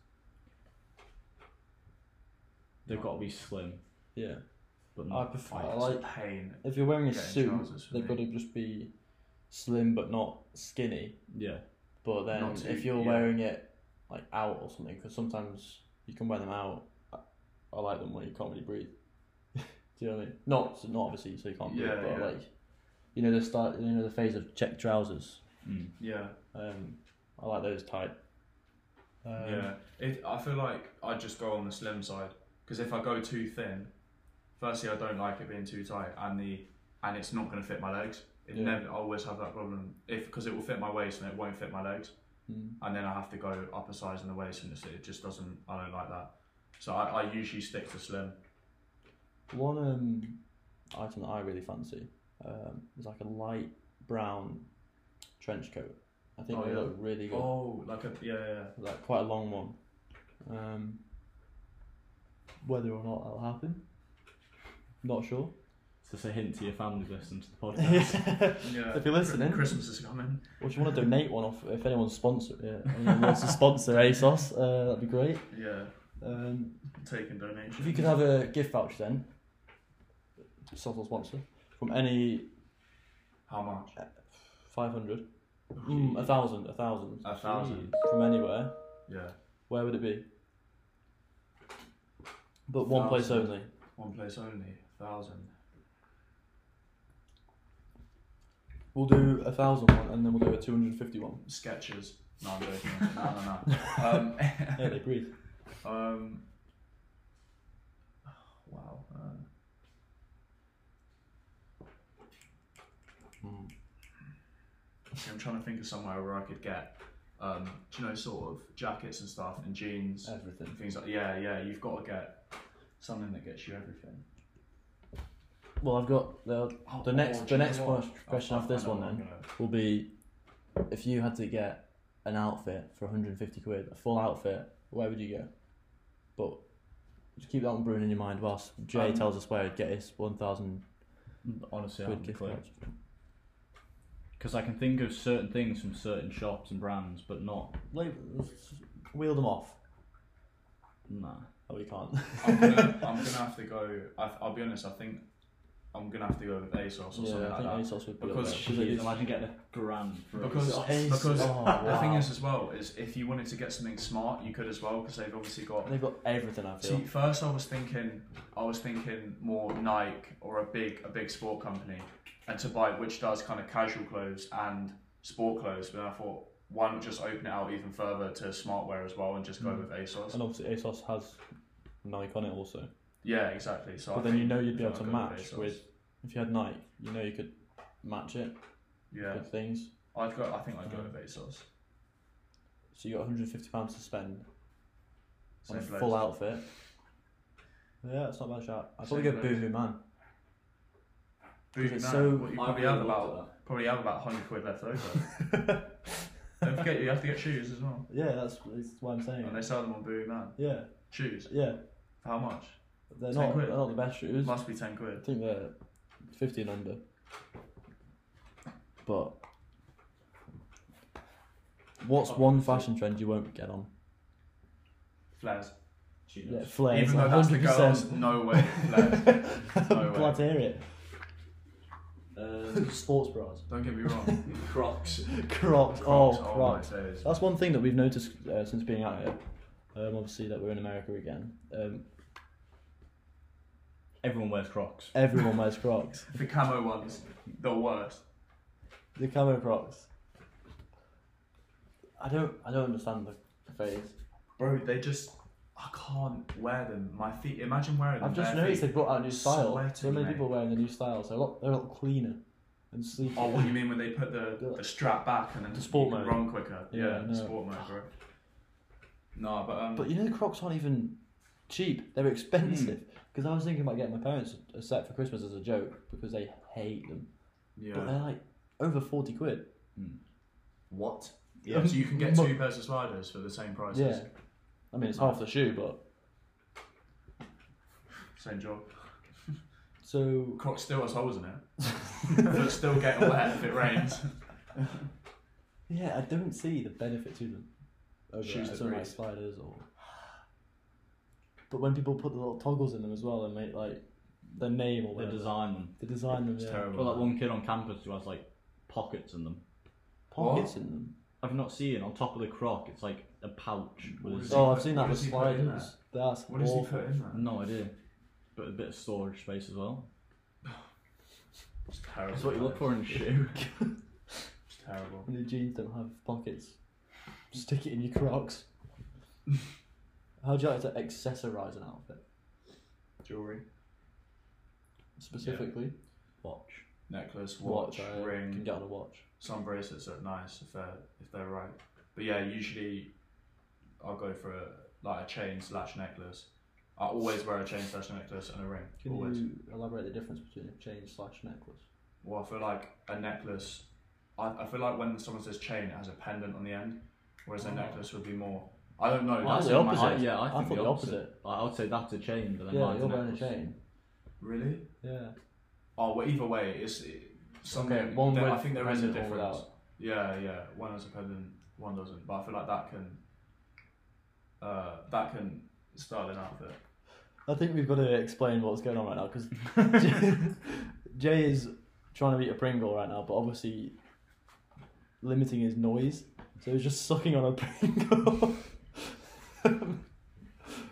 S3: They've got to be slim,
S1: Yeah,
S3: but
S1: I
S3: not.
S1: prefer.
S4: Like,
S1: I
S4: it's
S1: like
S4: a pain
S1: if you're wearing a
S4: getting
S1: suit,
S4: trousers for
S1: they've got
S4: me.
S1: to just be slim but not skinny.
S3: yeah,
S1: But then
S4: Not too-
S1: if you're
S4: yeah.
S1: wearing it like out or something, because sometimes you can wear them out. I, I like them when you can't really breathe. Do you know what I mean? Not so not obviously so you can't breathe,
S4: Yeah,
S1: but
S4: yeah.
S1: like you know the start, you know the phase of check trousers.
S3: mm.
S4: yeah
S1: Um, I like those tight. Um,
S4: yeah it, i feel like i just go on the slim side because if i go too thin firstly i don't like it being too tight and the and it's not going to fit my legs it
S1: Yeah.
S4: never I always have that problem if because it will fit my waist and it won't fit my legs
S1: mm.
S4: and then i have to go up a size in the waist and it's, it just doesn't i don't like that so I, I usually stick to slim
S1: One um, item that I really fancy um, is like a light brown trench coat. I think
S4: Oh,
S1: they
S4: yeah.
S1: look really good.
S4: oh like a yeah yeah
S1: like quite a long one. Um, whether or not that'll happen, not sure.
S3: It's just a hint to your family listen to the podcast.
S1: if
S4: yeah
S1: you're listening,
S4: christmas is coming
S1: or if you want to donate one, off, if anyone's sponsor, yeah, anyone wants to sponsor ASOS, uh, that'd be great.
S4: yeah
S1: Um,
S4: taking donations
S1: if you could have a gift voucher then, subtle sponsor from any
S4: how much
S1: five hundred, mm, a thousand, a thousand
S4: a thousand
S1: from anywhere.
S4: yeah
S1: Where would it be? But one place
S4: Thousand.
S1: only.
S4: One place only, thousand.
S1: We'll do a thousand one, and then we'll do a two hundred and fifty one.
S4: Sketches. No, I'm joking. no, no, no.
S1: Yeah, they breathe.
S4: Um, um, wow. Uh,
S1: Hmm.
S4: I'm trying to think of somewhere where I could get, um, do you know, sort of jackets and stuff and jeans
S1: Everything.
S4: and things like. Yeah, yeah. You've got to get something that gets you everything.
S1: Well, I've got the
S4: Oh,
S1: the next
S4: oh, do
S1: the
S4: you know
S1: next
S4: what?
S1: quest- question
S4: I- I-
S1: after this
S4: I know
S1: one
S4: what I'm
S1: then
S4: gonna-
S1: will be if you had to get an outfit for 150 quid, a full outfit, where would you go? But Just keep that one brewing in your mind whilst Jay
S4: Um,
S1: tells us where he'd get his 1,000
S3: Honestly, I
S1: quid
S3: haven't a
S1: gift
S3: clue.
S1: cards.
S3: Because I can think of certain things from certain shops and brands, but not.
S1: Like, wheel them off.
S3: Nah.
S1: Oh, we can't.
S4: I'm gonna, I'm gonna have to go. I, I'll be honest. I think I'm gonna have to go with ASOS or
S1: yeah,
S4: something
S1: I
S4: like
S1: think
S4: that.
S1: ASOS would be up
S4: Because
S1: there,
S4: she
S1: it
S3: Jeez,
S1: is-
S3: imagine getting a grand for a-
S4: Because
S1: Ace-
S4: because
S1: oh,
S4: the thing
S1: wow.
S4: is as well is if you wanted to get something smart, you could as well because they've obviously got.
S1: They've got everything, I feel.
S4: See, first I was thinking, I was thinking more Nike or a big a big sport company, and to buy which does kind of casual clothes and sport clothes. But then I thought, why not just open it out even further to smartwear as well and just go
S1: Mm.
S4: with ASOS?
S1: And obviously, ASOS has Nike on it also.
S4: Yeah, exactly. So I
S1: But then you
S4: think-
S1: know you'd be
S4: I
S1: able to
S4: think I'll go
S1: match
S4: ASOS.
S1: with. If you had Nike, you know you could match it
S4: Yeah,
S1: with things.
S4: I'd go. I think I'd go
S1: Um,
S4: with ASOS.
S1: So you got 150 pounds to spend on a
S4: Same place.
S1: full outfit. Yeah, that's not bad shout. I'd probably
S4: Same
S1: go
S4: place.
S1: Boohoo Man.
S4: Boohoo
S1: it's
S4: Man,
S1: so-
S4: what, you
S3: I
S4: probably
S3: really
S4: have
S3: wanted
S4: about probably have about hundred quid left over. Don't forget you have to get shoes as well.
S1: Yeah, that's, that's what I'm saying.
S4: And they sell them on Boohoo Man.
S1: Yeah,
S4: Shoes.
S1: yeah.
S4: For how much?
S1: They're
S4: Ten
S1: not,
S4: quid.
S1: they're not the best
S4: It
S1: shoes.
S4: must be ten
S1: I
S4: quid.
S1: think they're 50 and under. But
S4: Oh,
S1: what's one fashion trend you won't get on?
S4: Flares.
S3: Cheetos.
S1: Yeah, flares.
S4: Even though
S1: 100%.
S4: that's the girls, no way. Flares.
S1: I'm
S4: no
S1: glad to
S4: way.
S1: hear it.
S3: Um,
S1: Sports bras.
S4: Don't get me wrong.
S3: Crocs.
S1: Crocs.
S4: Crocs,
S1: Oh,
S4: oh my
S1: Crocs.
S4: days.
S1: That's one thing that we've noticed uh, since being out here. Um, obviously, that we're in America again. Um,
S3: Everyone wears Crocs.
S1: everyone wears Crocs.
S4: The camo ones, the worst.
S1: The camo Crocs. I don't. I don't understand the phase.
S4: Bro, they just I can't wear them. My feet imagine wearing them.
S1: I've just
S4: bare
S1: noticed
S4: feet.
S1: they've brought out a new style. so
S4: Sweating,
S1: many
S4: mate.
S1: people wearing the new styles. They're a lot. They're a lot cleaner and sleeker.
S4: Oh, what you mean when they put the, the strap back and then
S1: The sport
S4: you can
S1: mode.
S4: run quicker?
S1: Yeah,
S4: Yeah,
S1: no.
S4: sport mode, bro. No, but um,
S1: But you know, the Crocs aren't even cheap. They're
S4: Hmm.
S1: expensive. Because I was thinking about getting my parents a set for Christmas as a joke because they hate them. But uh,
S4: yeah.
S1: they're like over forty quid.
S4: What?
S1: Yeah.
S4: So you can get two pairs of sliders for the same price.
S1: Yeah. I mean, it's half the shoe, but
S4: Same job.
S1: so
S4: Crocs still has holes in it. but still getting wet if it rains.
S1: yeah, I don't see the benefit to them. Over
S4: Shoes that
S1: something like
S4: breathe.
S1: sliders or. But when people put the little toggles in them as well and make like their name or
S3: They
S1: whatever,
S3: design them.
S1: they design them.
S4: It's
S1: yeah.
S4: terrible.
S3: Well, that one kid on campus who has like pockets in them.
S1: Pockets in them.
S3: I've not seen on top of the croc. It's like a pouch
S4: What
S3: with
S4: is it?
S3: a zip.
S1: Oh,
S4: put-
S1: I've seen
S4: what
S1: that with
S4: does he put in
S1: sliders. That's
S4: What does he
S1: awful.
S4: put in there?
S3: No idea, but a bit of storage space as well.
S4: It's terrible.
S3: That's what you look for in a shoe.
S4: It's terrible.
S1: And the jeans don't have pockets. Stick it in your Crocs. How do you like to accessorize an outfit
S4: Jewelry,
S1: specifically?
S3: Watch.
S4: necklace, watch,
S1: I
S4: ring.
S1: Can get on a watch.
S4: Some bracelets look nice if they're if they're right. But yeah, usually I'll go for a like a chain slash necklace. I always wear a chain slash necklace and a ring.
S1: Can
S4: always.
S1: you elaborate the difference between a chain slash necklace?
S4: Well, I feel like a necklace. I, I feel like when someone says chain, it has a pendant on the end, whereas
S1: Oh.
S4: a necklace would be more. I don't know.
S1: Well,
S4: That's
S1: the
S4: in my
S1: opposite.
S4: head.
S3: yeah, I
S1: I
S3: think
S1: thought
S3: the
S1: the
S3: opposite. I I would say that's a chain, but then
S1: yeah,
S3: mine's
S1: you're
S3: a
S1: wearing a
S3: necklace.
S1: chain.
S4: Really?
S1: Yeah.
S4: Oh, well, either way, it's it, something. there- I think there is a difference. Yeah, yeah. One has a pendant, one doesn't. But I feel like that can, uh, that can style an outfit.
S1: I think we've got to explain what's going on right now because Jay is trying to eat a Pringle right now, but obviously limiting his noise, so he's just sucking on a Pringle.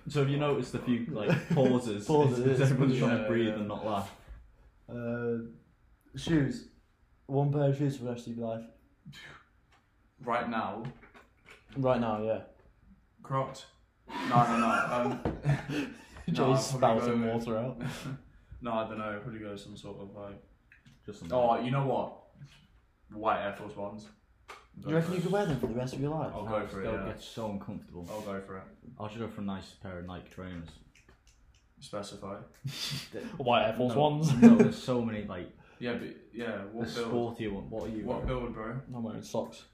S3: So have you noticed the few like pauses?
S1: Pauses,
S3: It's- it's
S1: it's
S3: Everyone's trying
S4: yeah,
S3: to breathe
S4: yeah.
S3: and not laugh.
S1: Uh, shoes. One pair of shoes for the rest of your life.
S4: Right now,
S1: Right now, yeah.
S4: Crocs. No, no, no. Um,
S1: Jay's
S4: No, I'd probably
S1: spouting
S4: go-
S1: water out.
S4: no, I don't know. Probably go with some sort of like.
S3: Just something.
S4: Oh, you know what? White Air Force Ones.
S1: Do you reckon you could wear them for the rest of your life?
S4: I'll go for it.
S3: They'll
S4: Yeah. Oh.
S3: get so uncomfortable.
S4: I'll go for it.
S3: I should go for a nice pair of Nike trainers.
S4: Specify.
S1: White Air Force
S3: no,
S1: Ones.
S3: no, there's so many like
S4: Yeah, but yeah.
S3: the
S4: What build?
S3: sportier one. What are you?
S4: What
S3: wearing?
S4: build, bro?
S1: I'm wearing socks.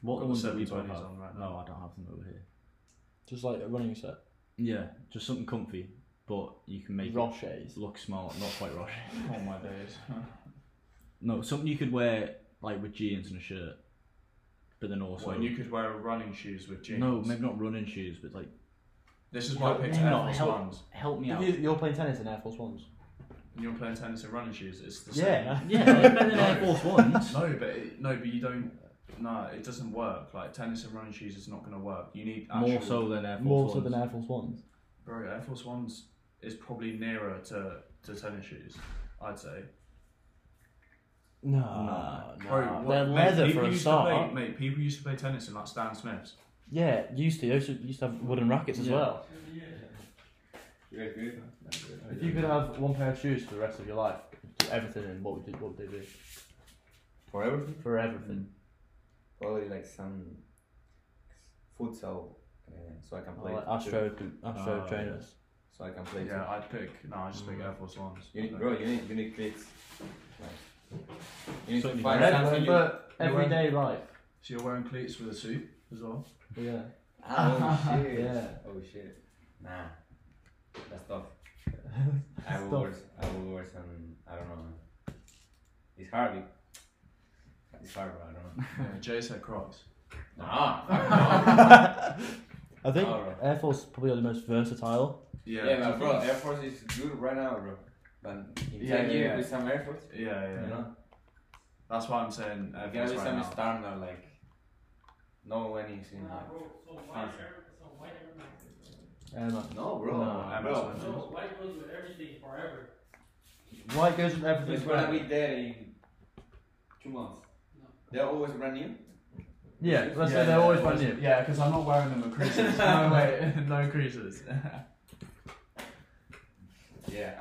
S3: What
S4: Got the
S3: ones that we both
S4: 720s
S3: have?
S4: on right
S3: no, I don't have them over here.
S1: Just like a running set.
S3: Yeah, just something comfy, but you can make
S1: Roches.
S3: it look smart. Not quite Roche.
S4: all Oh my days.
S3: No, something you could wear like with jeans and a shirt, but then also
S4: Well, you could wear running shoes with jeans.
S3: no, maybe not running shoes, but like
S4: This is why I picked Air
S3: No,
S4: Force
S3: help,
S4: Ones.
S3: help me out.
S1: You, you're playing tennis in Air Force Ones.
S4: And you're playing tennis in running shoes. It's the same.
S3: Yeah, they're better than Air Force Ones.
S4: No, but it, no, but you don't. No, it doesn't work. Like tennis and running shoes is not going to work. You need actual,
S3: More so than Air Force
S1: More
S3: Ones.
S1: so than Air Force Ones.
S4: Bro, Air Force Ones is probably nearer to, to tennis shoes. I'd say.
S1: No,
S3: Nah.
S1: no.
S4: Bro, what-
S1: They're
S4: mate,
S1: leather
S4: people
S1: for a
S4: used to
S1: start.
S4: Play, mate, people used to play tennis in like Stan Smiths.
S1: Yeah, used to. They also used to have wooden rackets as
S3: Yeah.
S1: well.
S5: Yeah, good.
S1: If you could have one pair of shoes for the rest of your life, do everything in, what would you, what would they do?
S5: Forever?
S1: For everything.
S5: Probably like some futsal, uh, so I can play.
S1: Like
S5: futsal,
S1: Astro, Astro
S3: Ah,
S1: trainers.
S5: So I can play.
S4: Yeah, I'd pick. No, I just pick Air Force Ones.
S5: You need, bro, you need, you need clicks. Like, you need
S3: So
S5: to
S3: you
S5: find
S3: have-
S5: something. You,
S1: but everyday life.
S4: So you're wearing cleats with a suit as well.
S1: Yeah.
S5: oh shit!
S1: Yeah.
S5: Oh shit! Nah, that's tough. I will
S1: Tough.
S5: wear. I will wear some. I don't know. It's hard. be- It's hard, bro. I don't know.
S4: Yeah, Jay said Crocs.
S5: Nah.
S1: I think
S5: Alright.
S1: Air Force probably are the most versatile.
S5: yeah,
S4: Yeah,
S5: but bro, Air Force is good right now, bro. But in
S4: Yeah,
S5: ten
S4: yeah,
S5: years
S4: yeah.
S5: with some Air Force,
S4: Yeah, yeah.
S5: you know,
S4: That's why I'm saying Air
S5: you gotta
S4: Force
S5: be
S4: right
S5: some
S4: now.
S5: star now, like. No one is in like.
S6: So white air, so white air matters.
S1: Um,
S5: No, bro.
S1: No,
S4: Air
S5: bro.
S4: Max
S6: No, white goes with everything forever.
S1: white goes with everything.
S5: It's gonna be there in two months. They're always brand new.
S1: yeah, let's
S4: Yeah,
S1: say they're
S4: yeah,
S1: always brand
S4: always-
S1: new.
S4: Yeah, because I'm not wearing them with creases. no way, no creases.
S5: Yeah,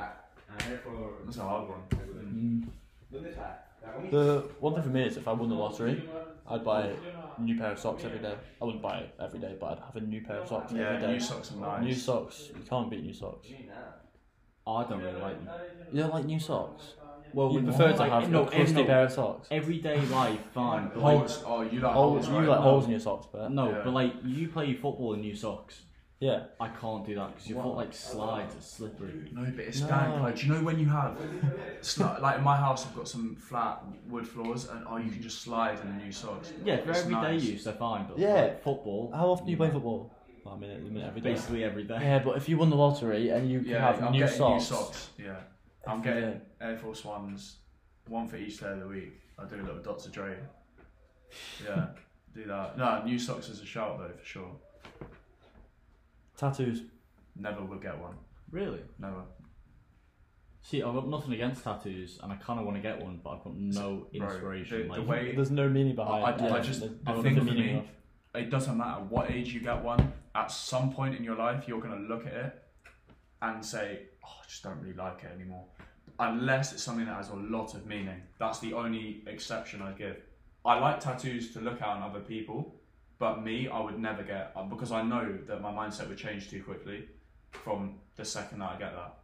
S5: I, I'm here for.
S4: That's a hard one.
S1: Mm.
S5: ¿Dónde está? ¿La comida?
S1: The one thing for me is if I won the lottery, I'd buy a new pair of socks every day. I wouldn't buy it every day, but I'd have a new pair of socks
S4: Yeah,
S1: every day.
S4: new socks are nice.
S1: New socks. You can't beat new socks.
S3: I don't really like them.
S1: You don't like new socks? Well,
S3: You
S1: we prefer to
S3: like-
S1: have
S3: no,
S1: a crusty
S3: no.
S1: pair of socks.
S3: Everyday life, fine. But like,
S4: Holes. Oh, you like
S1: Holes,
S4: holes,
S1: you
S4: right?
S1: like holes in your socks, but
S3: no,
S4: Yeah.
S3: but like you play football in new socks.
S1: yeah.
S3: I can't do that because your foot like slides, it's slippery.
S4: No, but it's
S1: No.
S4: dank. Like, do you know when you have, sli- like in my house, I've got some flat wood floors, and oh, you can just slide in the new socks.
S3: Yeah, for
S4: It's
S3: everyday
S4: nice.
S3: use, they're fine. But
S1: Yeah.
S3: like, football,
S1: How often do you play football? Well, I mean, I mean every day.
S3: basically every day.
S1: Yeah, but if you won the lottery and you
S4: Yeah,
S1: have
S4: I'm
S1: new,
S4: getting
S1: socks,
S4: new socks. Yeah, I'm
S1: Every
S4: getting
S1: day.
S4: Air Force Ones, one for each day of the week. I do a little dots of Dre. Yeah, do that. No, new socks is a shout though for sure.
S1: tattoos.
S4: Never would get one.
S3: Really?
S4: Never.
S3: See, I've got nothing against tattoos, and I kind of want to get one, but I've got no
S4: Bro,
S3: inspiration.
S4: the,
S3: like,
S4: the way
S1: There's no meaning behind
S4: I-
S1: it.
S4: I
S1: Yeah,
S4: just-
S1: there's-
S4: I
S1: there's
S4: think
S1: no
S4: for
S1: meaning
S4: me-
S1: of-
S4: it doesn't matter what age you get one, at some point in your life, you're going to look at it and say, oh, I just don't really like it anymore. Unless it's something that has a lot of meaning. That's the only exception I give. I like tattoos to look at on other people, but me, I would never get, uh, because I know that my mindset would change too quickly from the second that I get that.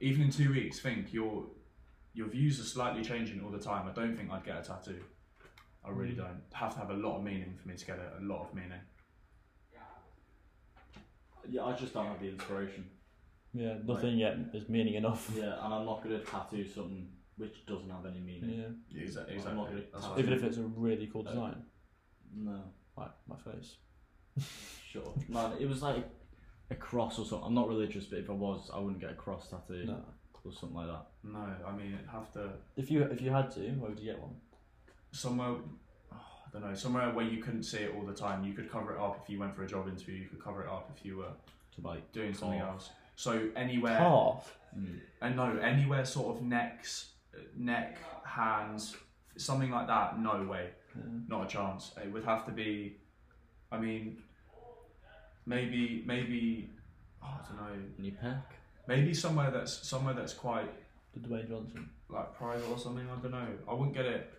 S4: Even in two weeks, think your your views are slightly changing all the time. I don't think I'd get a tattoo. I really don't. Have to have a lot of meaning for me to get it. A lot of meaning.
S3: yeah, I just don't have the inspiration.
S1: Yeah, nothing yet is meaning enough.
S3: Yeah, and I'm not gonna tattoo something which doesn't have any meaning.
S1: Yeah.
S4: Exactly.
S3: I'm not really-
S4: That's what I
S1: Even
S4: think.
S1: if it's a really cool design,
S3: No.
S1: like my face.
S3: Sure. Man, it was like a cross or something. I'm not religious, but if I was, I wouldn't get a cross tattoo
S1: No.
S3: or something like that.
S4: No, I mean, it'd have to
S1: If you if you had to, where would you get one?
S4: somewhere. oh, I don't know. Somewhere where you couldn't see it all the time. You could cover it up if you went for a job interview. You could cover it up if you were
S3: To like
S4: doing something
S3: Calf.
S4: else. So
S1: Uh,
S4: anywhere.
S1: Half.
S4: And no, anywhere sort of necks, uh, neck, hands, something like that. No way, not a chance. It would have to be. I mean, maybe maybe oh, I don't know.
S3: new peck.
S4: Maybe somewhere that's somewhere that's quite
S1: The Dwayne Johnson.
S4: like private or something. I don't know. I wouldn't get it.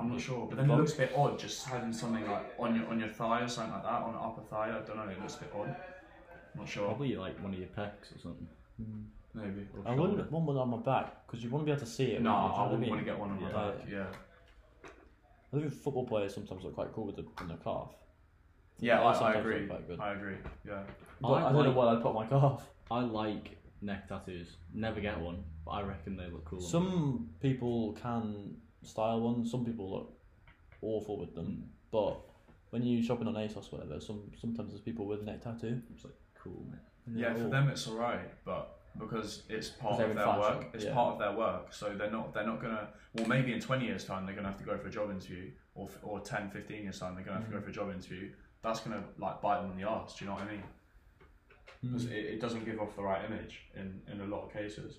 S4: I'm not sure. But then it
S1: Bump.
S4: looks a bit odd just having something like on your on your thigh or something like that on the upper thigh. I don't know. It looks a bit odd. I'm not sure.
S3: Probably like one of your pecs or something.
S4: Maybe.
S3: Or
S1: I wouldn't
S3: shoulder.
S1: have one one on my back because you want to be able to see it.
S4: No,
S1: wouldn't you? Do you know
S4: I
S1: what
S4: wouldn't
S1: mean?
S4: want to get one on my
S1: Yeah.
S4: back. Yeah.
S1: I think football players sometimes look quite cool with the, on their calf.
S4: Yeah,
S1: That
S4: I, I
S1: sometimes
S4: agree.
S1: look quite good.
S4: I agree. Yeah.
S1: But I,
S3: I
S1: don't know
S3: like-
S1: what I'd put on my calf.
S3: I like neck tattoos. Never get one, but I reckon they look cool. on me.
S1: Some people can style one. Some people look awful with
S4: Mm.
S1: them. But when you're shopping on ASOS, or whatever, some sometimes there's people with a neck tattoo.
S3: It's like cool, mate.
S1: and they're
S4: Yeah, for
S1: all-
S4: them it's alright, but because it's part
S1: they're
S4: of
S1: in
S4: their
S1: fashion,
S4: work, it's
S1: yeah.
S4: part of their work. So they're not they're not gonna. Well, maybe in twenty years time they're gonna have to go for a job interview, or f- or 10, 15 years time they're gonna
S1: Mm.
S4: have to go for a job interview. That's gonna like bite them in the arse. Do you know what I mean? 'Cause
S1: Mm.
S4: it, it doesn't give off the right image in in a lot of cases.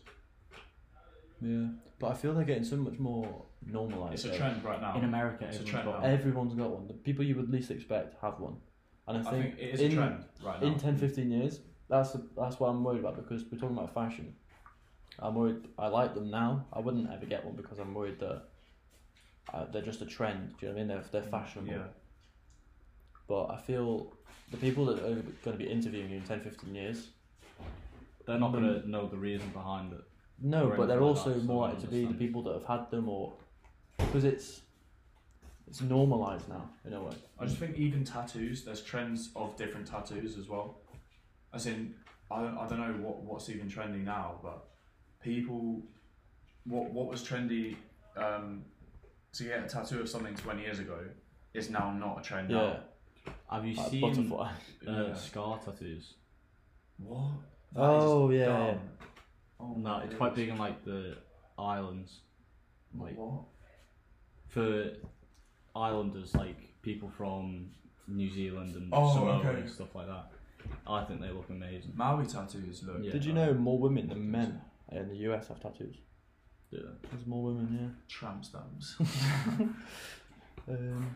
S1: Yeah, but I feel they're getting so much more
S4: It's
S1: normalized.
S4: a trend right now.
S3: In America,
S4: It's a
S3: everyone's
S4: trend
S3: got-
S4: now.
S1: Everyone's got one. The people you would least expect have one, and I
S4: I
S1: think,
S4: think it is
S1: in,
S4: a trend right now.
S1: in 10, 15 years, that's the, that's what I'm worried about because we're talking about fashion. I'm worried. I like them now. I wouldn't ever get one because I'm worried that uh, they're just a trend. Do you know what I mean? They're they're fashionable.
S4: yeah.
S1: But I feel the people that are going to be interviewing you in 10, 15 years,
S3: They're not gonna
S1: Um,
S3: know the reason behind it.
S1: no,
S3: Or
S1: but they're
S3: anything like
S1: also
S3: that, so
S1: more
S3: I
S1: likely to be the
S3: understand.
S1: people that have had them or because it's it's normalized now in a way.
S4: I just think even tattoos, there's trends of different tattoos as well. As in, I don't, I don't know what, what's even trendy now, but people, what what was trendy um, to get a tattoo of something 20 years ago is now not a trend
S1: Yeah,
S4: now.
S3: Have you
S1: like
S3: seen uh,
S1: butterfly.
S4: Yeah.
S3: scar tattoos?
S4: What? That is
S1: Oh yeah, yeah.
S4: dumb. Oh
S3: No,
S4: my
S3: it's quite
S4: days.
S3: big in like the islands. Like
S4: What?
S3: for islanders, like people from New Zealand and
S4: Oh,
S3: Samoa
S4: okay.
S3: and stuff like that. I think they look amazing.
S4: Maui tattoos look.
S3: Yeah.
S1: Did you know more women than men in the US have tattoos?
S3: Yeah.
S1: There's more women, yeah.
S4: Tramp stamps.
S1: Um,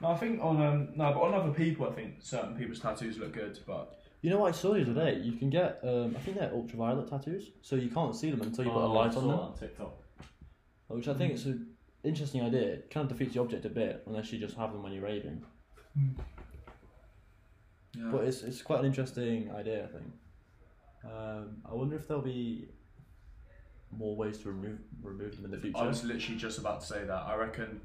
S4: no, I think on um no, but on other people, I think certain people's tattoos look good, but
S1: You know what I saw the other day? You can get, um, I think they're ultraviolet tattoos, so you can't see them until you put a
S3: Oh, I
S1: light
S3: saw
S1: on
S3: that
S1: them.
S3: on TikTok.
S1: Which I think is an interesting idea. It kind of defeats the object a bit, unless you just have them when you're raving.
S4: yeah.
S1: But it's, it's quite an interesting idea, I think. Um, I wonder if there'll be more ways to remove remove them in the future.
S4: I was literally just about to say that. I reckon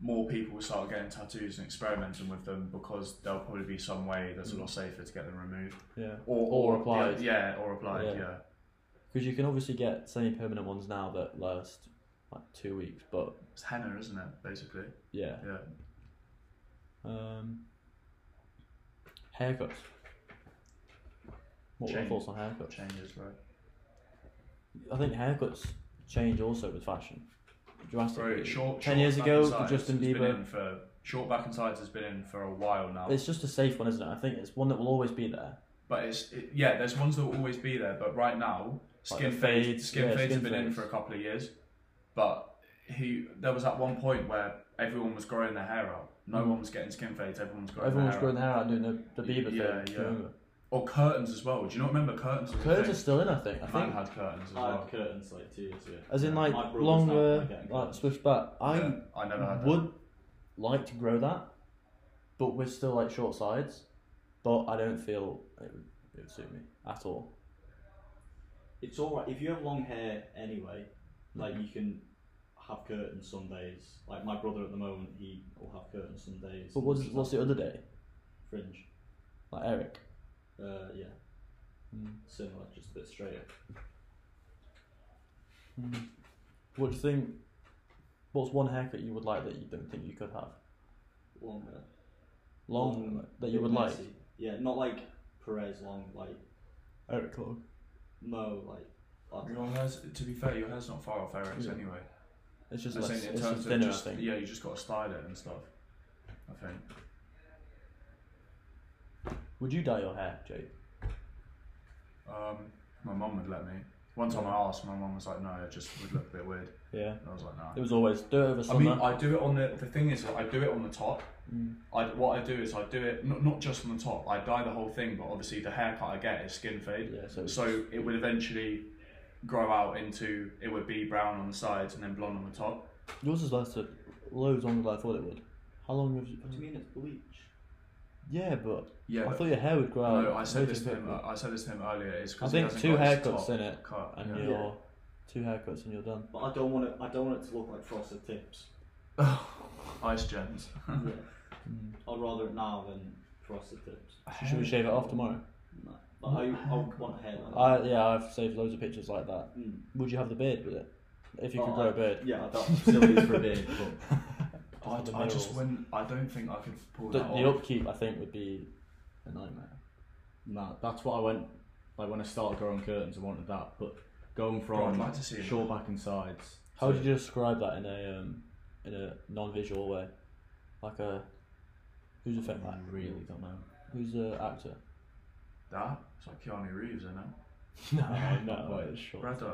S4: more people will start getting tattoos and experimenting with them because there'll probably be some way that's a lot safer to get them removed
S1: yeah,
S4: or,
S1: Mm. Or applied.
S4: Yeah, or applied.
S1: Yeah.
S4: Yeah.
S1: because you can obviously get semi-permanent ones now that last like two weeks, but
S4: it's henna, isn't it? Basically,
S1: yeah.
S4: yeah.
S1: Um, haircuts. What were your
S4: Change.
S1: thoughts on haircuts?
S4: Changes, right?
S1: I think haircuts change also with fashion drastically.
S4: Right. Short.
S1: Ten
S4: short
S1: years
S4: back
S1: ago,
S4: and sides
S1: Justin
S4: has been
S1: Bieber-
S4: in for short back and sides has been in for a while now.
S1: It's just a safe one, isn't it? I think it's one that will always be there.
S4: But it's it, yeah, there's ones that will always be there. But right now,
S1: Like
S4: skin
S1: the
S4: fades,
S1: fades,
S4: skin
S1: yeah,
S4: fades
S1: skin
S4: have been in
S1: fades.
S4: for a couple of years. But he, there was that one point where everyone was growing their hair out. No one was getting skin fades. Everyone was growing
S1: Everyone's
S4: their hair
S1: Mm. growing
S4: out.
S1: their hair out doing the, the Bieber
S4: Yeah,
S1: thing. do you
S4: yeah.
S1: remember?
S4: Or curtains as well. Do you not remember curtains? was a
S1: Curls
S4: thing?
S1: are still in, I think. I
S4: Man
S1: think
S4: had curtains as
S3: I had
S4: well.
S3: curtains like two years ago.
S1: as in like
S3: My brother's now
S1: longer,
S3: getting
S1: like
S3: curtains.
S1: swift back. I
S4: Yeah, I never had that.
S1: would like to grow that, but we're still like short sides. But I don't feel it would, it would suit me at all.
S3: It's alright if you have long hair anyway. Like you can have curtains some days. Like my brother at the moment, he will have curtains some days.
S1: But what's, what's the other day?
S3: fringe?
S1: Like Eric.
S3: Uh, yeah.
S1: Hmm.
S3: Similar, just a bit straighter.
S1: What do you think? What's one haircut you would like that you don't think you could have?
S3: Longer.
S1: Long
S3: Long,
S1: that you
S3: bit
S1: would like?
S3: messy. Yeah, not like Perez long, like
S1: Eric Long.
S3: no, like. like
S4: Your hair's, to be fair, your hair's not far off Eric's
S1: Yeah.
S4: anyway.
S1: It's just
S4: I'm
S1: less,
S4: saying in
S1: it's
S4: terms
S1: just
S4: of
S1: thinner,
S4: just,
S1: I think.
S4: yeah, you just got to style it and stuff. I think.
S1: Would you dye your hair, Jake?
S4: Um, my mum would let me. One time I asked, my mum was like, "No, it just would look a bit weird."
S1: Yeah.
S4: And I was like, "No."
S1: It was always do it over
S4: I
S1: summer.
S4: mean, I do it on the. Mm. The thing is, I do it on the top. I what I do is I do it not, not just on the top. I dye the whole thing, but obviously the haircut I get is skin fade.
S1: Yeah, so it's
S4: so it would eventually grow out into it would be brown on the sides and then blonde on the top.
S1: Yours has lasted loads longer than I thought it would. How long have you?
S3: What do you mean it's bleach?
S1: Yeah, but
S4: Yeah,
S1: I
S4: but-
S1: thought your hair would grow out.
S4: no, I said
S1: way
S4: this
S1: too
S4: to him. uh,
S1: quickly.
S4: I said this to him earlier. It's
S1: I
S4: because
S1: think two haircuts in
S4: top
S1: it,
S4: cut.
S1: and
S4: yeah.
S1: you're two haircuts and you're done.
S3: But I don't want it. I don't want it to look like frosted tips.
S4: ice gems.
S3: Mm. yeah. I'd rather it now than frosted tips.
S1: Should we shave it off tomorrow?
S3: No. But I, I would want hair like that.
S1: I yeah, I've saved loads of pictures like that.
S3: Mm.
S1: Would you have the beard with it? If you
S3: Oh,
S1: could grow
S3: I-
S1: a beard.
S3: Yeah, that still is for a beard, but
S4: I,
S1: the
S4: I just
S1: minerals.
S4: wouldn't. I don't think I could pull
S1: The,
S4: that
S1: the
S4: off.
S1: upkeep I think would be a nightmare.
S3: nah, that's what I went like when I started growing curtains. I wanted that, but going
S4: Bro, I'd
S3: from
S4: like to see it.
S3: short back and sides.
S1: How
S3: to-
S1: would you describe that in a um, in a non-visual way? Like a who's a film
S3: I really don't know.
S1: Who's the actor?
S4: That it's like Keanu Reeves, isn't it?
S1: no, no,
S3: quite.
S1: it's short.
S4: Brother,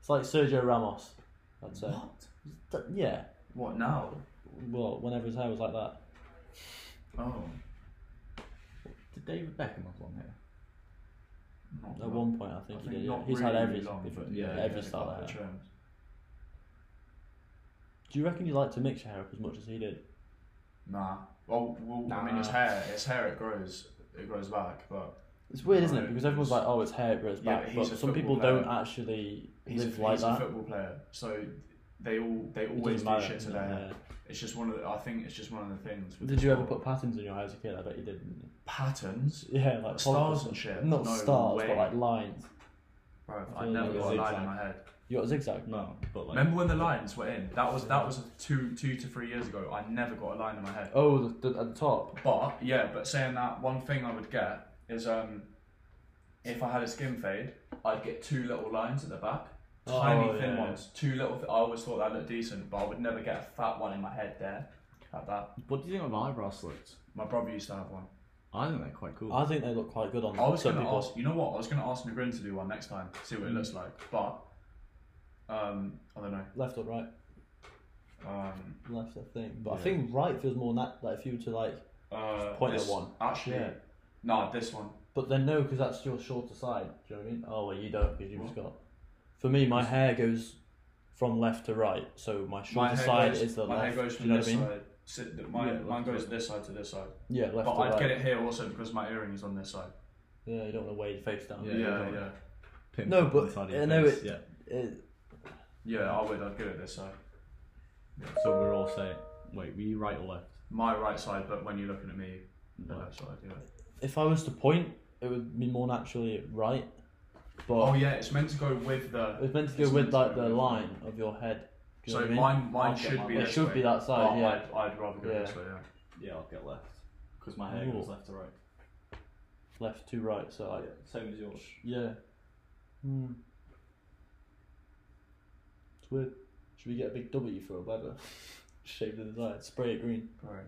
S1: It's like Sergio Ramos. I'd say.
S4: what?
S1: Th- Yeah.
S4: What now?
S1: Well, whenever his hair was like that.
S4: Oh,
S3: Did David Beckham have long hair?
S4: not
S1: At one point, I think he
S4: think
S1: did. Yeah.
S4: not
S1: He's had
S4: really
S1: every
S4: long,
S1: different,
S4: but
S1: yeah,
S3: yeah,
S1: every
S4: yeah,
S1: style of
S4: the
S1: hair.
S4: trims.
S1: Do you reckon you like to mix your hair up as much as he did?
S4: Nah. Well, well I mean, his
S3: Nah.
S4: hair, his hair, it grows, it grows back, but
S1: It's weird, isn't it?
S4: No,
S1: Because everyone's
S4: it's-
S1: like, "Oh, it's hair, it grows
S4: Yeah,
S1: back,"
S4: but
S1: but
S4: he's a
S1: some people
S4: football
S1: don't
S4: player.
S1: actually
S4: he's, a,
S1: live like
S4: he's a
S1: that.
S4: football player, so they all they
S1: It
S4: always
S1: doesn't
S4: do
S1: matter,
S4: shit to
S1: doesn't
S4: their hair.
S1: it?
S4: It's just one of the. I think it's just one of the things. with
S1: Did you ever
S4: sport.
S1: put patterns in your hair as a kid? I bet you did. Didn't you?
S4: patterns,
S1: Yeah, like
S4: stars
S1: follicles.
S4: and shit?
S1: Not
S4: No
S1: stars,
S4: way.
S1: but like lines.
S4: Bro,
S1: I
S4: I
S1: feel
S4: never
S1: like
S4: got a line
S3: it's
S4: in
S3: zigzag.
S4: my head.
S1: You got a zigzag.
S3: No, but like
S4: Remember when the lines were in? That was that was two two to three years ago. I never got a line in my head.
S1: Oh, the, the, at the top.
S4: But yeah, but saying that, one thing I would get is um, if I had a skin fade, I'd get two little lines at the back, tiny
S1: Oh,
S4: thin
S1: yeah.
S4: ones, two little. Th- I always thought that looked decent, but I would never get a fat one in my head there, like that.
S3: What do you think of eyebrow slits?
S4: My brother used to have one.
S3: I think they're quite cool.
S1: I think they look quite good on
S4: I was
S1: some
S4: gonna
S1: people. Hmm.
S4: ask. You know what? I was gonna ask Nagrin to do one next time, see what it looks like. But um, I don't know.
S1: Left or right?
S4: Um,
S1: Left, I think. But I
S4: Yeah.
S1: think right feels more nat. Like if you were to like,
S4: uh,
S1: point at
S4: this-
S1: one.
S4: Actually,
S1: Yeah.
S4: no, this one.
S1: but then no, because that's your shorter side. Do you know what I mean? Oh, well, you don't because you've just got. For me, my hair goes from left to right, so my shorter
S4: hair
S1: side
S4: goes-
S1: is the
S4: my
S1: left.
S4: hair goes
S1: do
S4: from
S1: you know what
S4: this
S1: I mean?
S4: side. Sit, th- mine,
S3: Yeah,
S4: mine
S3: left to
S4: goes
S3: right.
S4: this side to this side.
S1: Yeah, left
S4: but
S1: to
S4: I'd
S1: right.
S4: get it here also because my earring is on this side.
S1: Yeah, you don't want to wade face down.
S3: Yeah,
S4: Yeah, yeah,
S3: you
S4: yeah.
S3: Pimp
S1: No,
S3: on
S1: but-
S3: the side of your
S1: I know
S3: face,
S1: it-
S3: Yeah.
S1: It-
S4: I would. I'd get it this side.
S3: So we're all saying, wait, were you right or left?
S4: My right side, but when you're looking at me, the
S3: Right.
S4: left side. Yeah.
S1: if I was to point, it would be more naturally right. But
S4: Oh yeah, it's meant to go with the.
S1: it's meant to go
S4: it's
S1: with
S4: meant to
S1: like
S4: go
S1: the
S4: with-
S1: line of your head. Do you
S4: So
S1: know what I mean?
S4: mine, mine
S3: I'll get
S4: should
S3: mine.
S4: be.
S1: it
S4: this
S1: should
S4: way.
S1: be that side.
S4: But
S1: yeah.
S4: I'd, I'd rather go this
S1: Yeah.
S4: way. Yeah.
S3: Yeah, I'll get left. Because my hair goes
S1: Ooh.
S3: left to right.
S1: left to right. So like,
S3: Same as yours.
S1: yeah. Hmm. It's weird. Should we get a big W for a weather? Shave the side, spray it green.
S4: All right.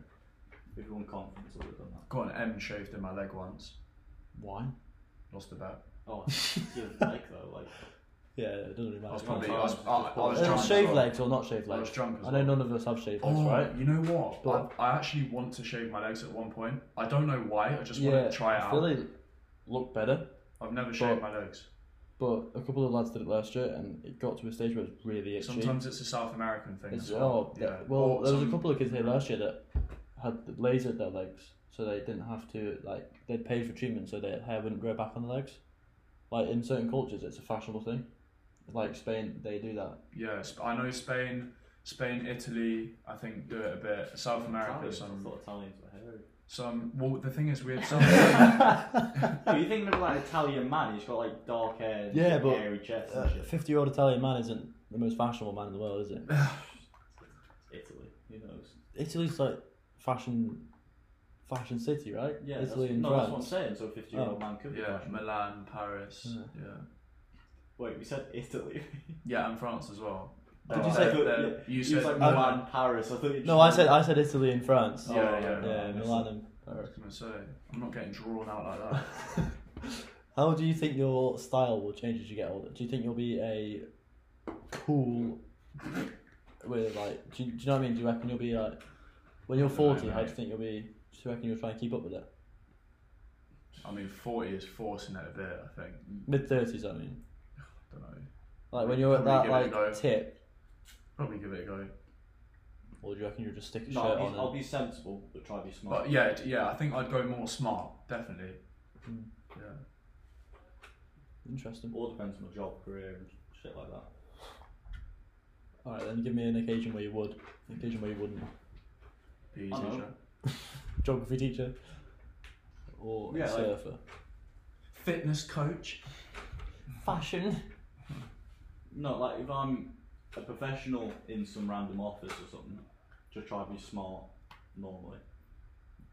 S3: If you want confidence, I would have done that.
S4: Got an M shaved in my leg once.
S1: Why?
S4: Lost the bet.
S3: Oh, your leg though, like
S1: Yeah, it doesn't really
S4: I was
S1: matter.
S4: probably. I was, I, I was
S1: Uh,
S4: drunk. as
S1: shave
S4: well.
S1: legs or not shave
S4: I was
S1: legs?
S4: drunk as
S1: I
S4: well.
S1: know none of us have shaved legs,
S4: Oh,
S1: right?
S4: You know what?
S1: But-
S4: I, I actually want to shave my legs at one point. I don't know why. I just want to try it
S1: I
S4: out.
S1: feel they look better.
S4: I've never shaved
S1: But-
S4: my legs.
S1: But a couple of lads did it last year, and it got to a stage where it was really itchy.
S4: Sometimes it's a South American thing
S1: it's,
S4: as well.
S1: oh,
S4: yeah.
S1: that- well,
S4: Or
S1: there was a
S4: some-
S1: couple of kids here last year that had lasered their legs, so they didn't have to like they'd paid for treatment, so their hair wouldn't grow back on the legs. Like in certain cultures, it's a fashionable thing. Like Spain, they do that.
S4: Yeah, Sp- I know Spain, Spain, Italy. I think do it a bit. South America,
S3: Italians. I
S4: some,
S3: thought Italians were hairy.
S4: some. Well, the thing is, we have some.
S3: no, you think of like an Italian man? He's got like dark hair, and
S1: Yeah, but- uh,
S3: hairy chest
S1: A
S3: and shit.
S1: fifty-year-old Italian man isn't the most fashionable man in the world, is it?
S3: Italy, who knows?
S1: Italy's like fashion, fashion city, right?
S3: Yeah,
S1: Italy
S3: that's,
S1: and
S3: no, that's what I'm
S1: France. Oh.
S3: saying. So a 50 year old man could be.
S4: yeah,
S3: Russian.
S4: Milan, Paris.
S1: Yeah.
S4: Yeah,
S3: Wait, we said Italy.
S4: yeah, and France as well.
S3: Did
S1: you
S4: Uh,
S1: say-
S4: they're- they're-
S3: He
S4: you
S3: was
S4: said?
S3: like
S1: I-
S3: Milan, Paris. I thought you
S1: No, I said I said Italy and France.
S3: Oh,
S4: yeah, yeah.
S3: no,
S1: yeah,
S3: I missed
S1: Milan and
S4: I
S1: Paris.
S4: was gonna say, I'm not getting drawn out like that.
S1: How do you think your style will change as you get older? Do you think you'll be a cool with like? Do you, do you know what I mean? Do you reckon you'll be like when you're
S4: I don't
S1: forty?
S4: know,
S1: How do you
S4: mate.
S1: think you'll be? Do you reckon you'll try and keep up with it?
S4: I mean, 40 is forcing it a bit. I think.
S1: Mid thirties, I mean.
S4: I don't know.
S1: Like when you're at that
S4: Probably give it
S1: like
S4: a go.
S1: tip,
S4: Probably give it a go.
S1: or do you reckon you'll just stick a
S3: No,
S1: shirt
S3: I'll
S1: on?
S3: be,
S1: and-
S3: I'll be sensible, but try to be smart.
S4: But yeah, d- yeah, I think I'd go more smart, definitely.
S1: Mm.
S4: Yeah.
S1: Interesting.
S3: All depends on my job, career, and shit like that.
S1: All right, then give me an occasion where you would, an occasion where you wouldn't.
S4: PE
S3: I know.
S4: teacher.
S1: Geography teacher. or
S3: Yeah,
S1: a
S3: like-
S1: surfer?
S4: Fitness coach.
S1: Fashion.
S3: No, like if I'm a professional in some random office or something, just try to be smart normally.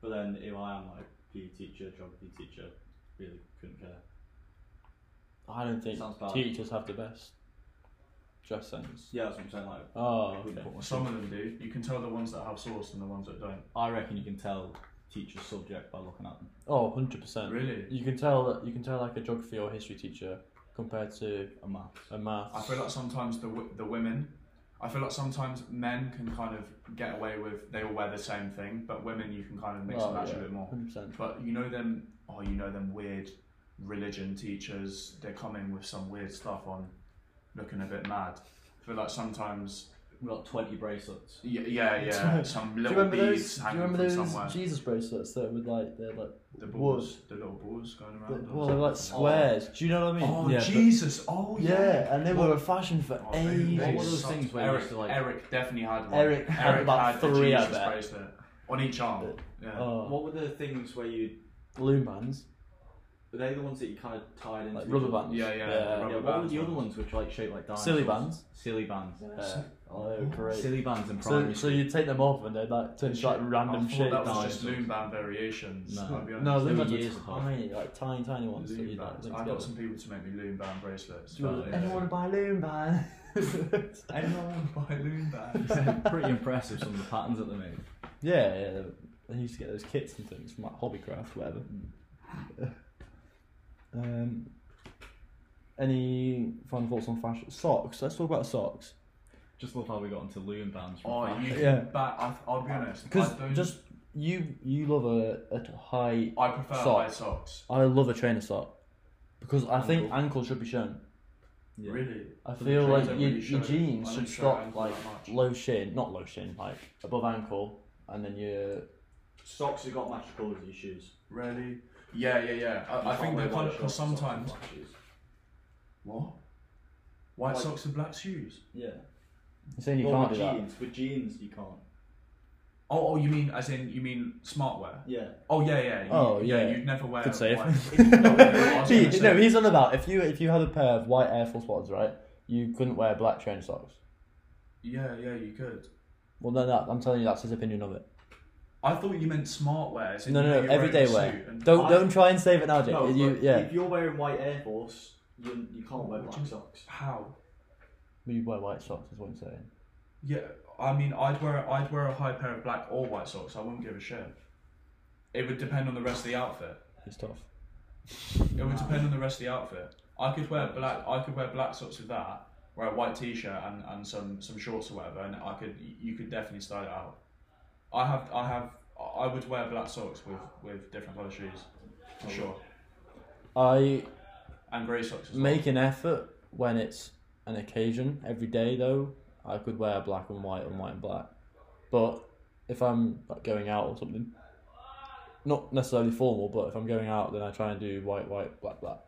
S3: But then if I am like PE teacher, geography teacher, really couldn't care.
S1: I don't think
S3: Sounds bad.
S1: teachers have the best dress sense.
S3: Yeah, that's what I'm saying. Like,
S1: Oh,
S3: I wouldn't
S1: okay.
S3: put myself-
S4: Some of them do. You can tell the ones that have sauce and the ones that don't.
S3: I reckon you can tell teacher's subject by looking at them.
S1: Oh, 100%.
S4: Really?
S1: You can tell that you can tell like a geography or history teacher compared to
S3: A math.
S1: a maths.
S4: I feel like sometimes the w- the women, I feel like sometimes men can kind of get away with they all wear the same thing, but women you can kind of mix
S1: Oh,
S4: and match a bit more.
S1: 100%.
S4: But you know them, oh, you know them weird religion teachers. They come in with some weird stuff on, looking a bit mad. I feel like sometimes,
S3: We've got 20 bracelets.
S4: yeah, yeah, yeah some
S1: Do you
S4: little
S1: remember
S4: beads
S1: those? Do you
S4: hanging
S1: remember
S4: from
S1: those
S4: somewhere.
S1: Jesus bracelets that would like they're like
S4: the
S1: wood?
S4: balls, the little balls going
S1: they-
S4: around.
S1: well they're like squares. Do you know what I mean?
S4: Oh
S1: yeah, but-
S4: Jesus! Oh
S1: yeah,
S4: yeah.
S1: and they were a fashion for
S4: Oh, they-
S1: ages.
S4: they
S3: What were those
S4: sucked.
S3: things where you
S4: Eric,
S3: used to, like-
S4: Eric definitely had one.
S1: Eric had about
S4: the
S1: three, I
S4: Jesus
S1: bet.
S4: bracelet on each arm. Yeah.
S1: Oh,
S3: What were the things where you.
S1: blue man's
S3: Were they the ones that you kind of tied into?
S1: like
S3: each
S1: rubber
S3: other?
S1: bands.
S4: yeah, yeah.
S1: Yeah.
S4: the rubber
S3: Yeah, what were
S4: bands
S3: the other
S4: ones.
S3: ones which were, like shaped like dinosaurs?
S1: Silly bands.
S3: Silly bands. Uh,
S1: Yeah. Oh, they were great.
S3: Silly bands in
S1: So,
S3: primary
S1: so you take them off and they'd like turn into like random
S4: Oh, I thought
S1: shapes.
S4: that was
S3: No,
S4: just
S3: it's-
S4: loom band variations.
S3: No.
S4: I'll be honest.
S1: No,
S3: Three
S1: loom bands
S3: years
S1: are
S3: apart.
S1: tiny, like tiny, tiny ones that
S4: Loom
S1: you like
S4: bands.
S1: link
S4: I
S1: together.
S4: got some people to make me loom band bracelets.
S1: Do you want-
S4: but, yeah.
S1: anyone want to buy a loom band?
S4: Anyone want to buy loom bands?
S3: Pretty impressive some of the patterns that they made.
S1: Yeah, yeah. I used to get those kits and things from like Hobbycraft, whatever.
S4: Hmm.
S1: um, any final thoughts on fashion? Socks. Let's talk about socks.
S3: Just love how we got into loom bands. from
S4: oh,
S3: fashion.
S4: you
S1: Yeah.
S4: can back. I, I'll be honest.
S1: Because
S4: I don't-
S1: just you, you love a, a high.
S4: I prefer high
S1: socks.
S4: socks.
S1: I love a trainer sock because I think
S3: Ankle.
S1: ankle should be shown.
S3: Yeah.
S4: Really.
S1: I
S4: But the
S1: feel
S4: trainers
S1: like
S4: don't
S1: your,
S4: really
S1: your
S4: show-
S1: jeans
S4: I
S1: should
S4: don't show
S1: stop
S4: ankle
S1: like
S4: that much.
S1: low shin, not low shin, like above ankle, and then your
S3: Socks have got matching colours as your shoes.
S4: Really? Yeah, yeah, yeah.
S3: You
S4: I, I
S3: can't
S4: think
S3: wear
S4: they're kind of
S3: white shorts
S4: because
S3: with socks
S4: sometimes
S3: and black shoes.
S4: what white
S3: Like-
S4: socks and black shoes.
S3: Yeah.
S1: you're saying you
S3: Well,
S1: can't do
S3: with
S1: that.
S3: jeans, with jeans you can't.
S4: Oh, oh, you mean as in you mean smartwear?
S3: Yeah.
S4: Oh yeah, yeah. You,
S1: Oh, yeah.
S4: You'd never wear.
S1: Good save.
S4: white- I was
S1: He- no,
S4: gonna say-
S1: he's on about if you if you had a pair of white Air Force Ones, right? You couldn't wear black train socks.
S4: Yeah, yeah, you could.
S1: Well, no, no, I'm telling you that's his opinion of it.
S4: I thought you meant smartwear. as in
S1: No,
S4: you
S1: no,
S4: know,
S1: no,
S4: you're wearing
S1: everyday
S4: a
S1: wear.
S4: suit and-
S1: Don't
S3: I-
S1: don't try and save it now, Jake.
S3: No,
S1: you,
S3: but
S1: yeah,
S3: if you're wearing white Air Force, you, you can't wear
S4: What do
S3: black
S4: you-
S3: socks.
S4: How?
S1: you wear white socks is what I'm saying.
S4: Yeah, I mean, I'd wear I'd wear a high pair of black or white socks. I wouldn't give a shit. It would depend on the rest of the outfit.
S1: It's tough.
S4: It would depend on the rest of the outfit. I could wear black. I could wear black socks with that. Wear a white t-shirt and, and some, some shorts or whatever, and I could you could definitely style it out. I have I have I would wear black socks with, with different color shoes, for sure,
S1: I
S4: and grey socks as well.
S1: make an effort when it's an occasion. Every day though, I could wear black and white and white and black. But if I'm like going out or something, not necessarily formal, but if I'm going out, then I try and do white, white, black, black.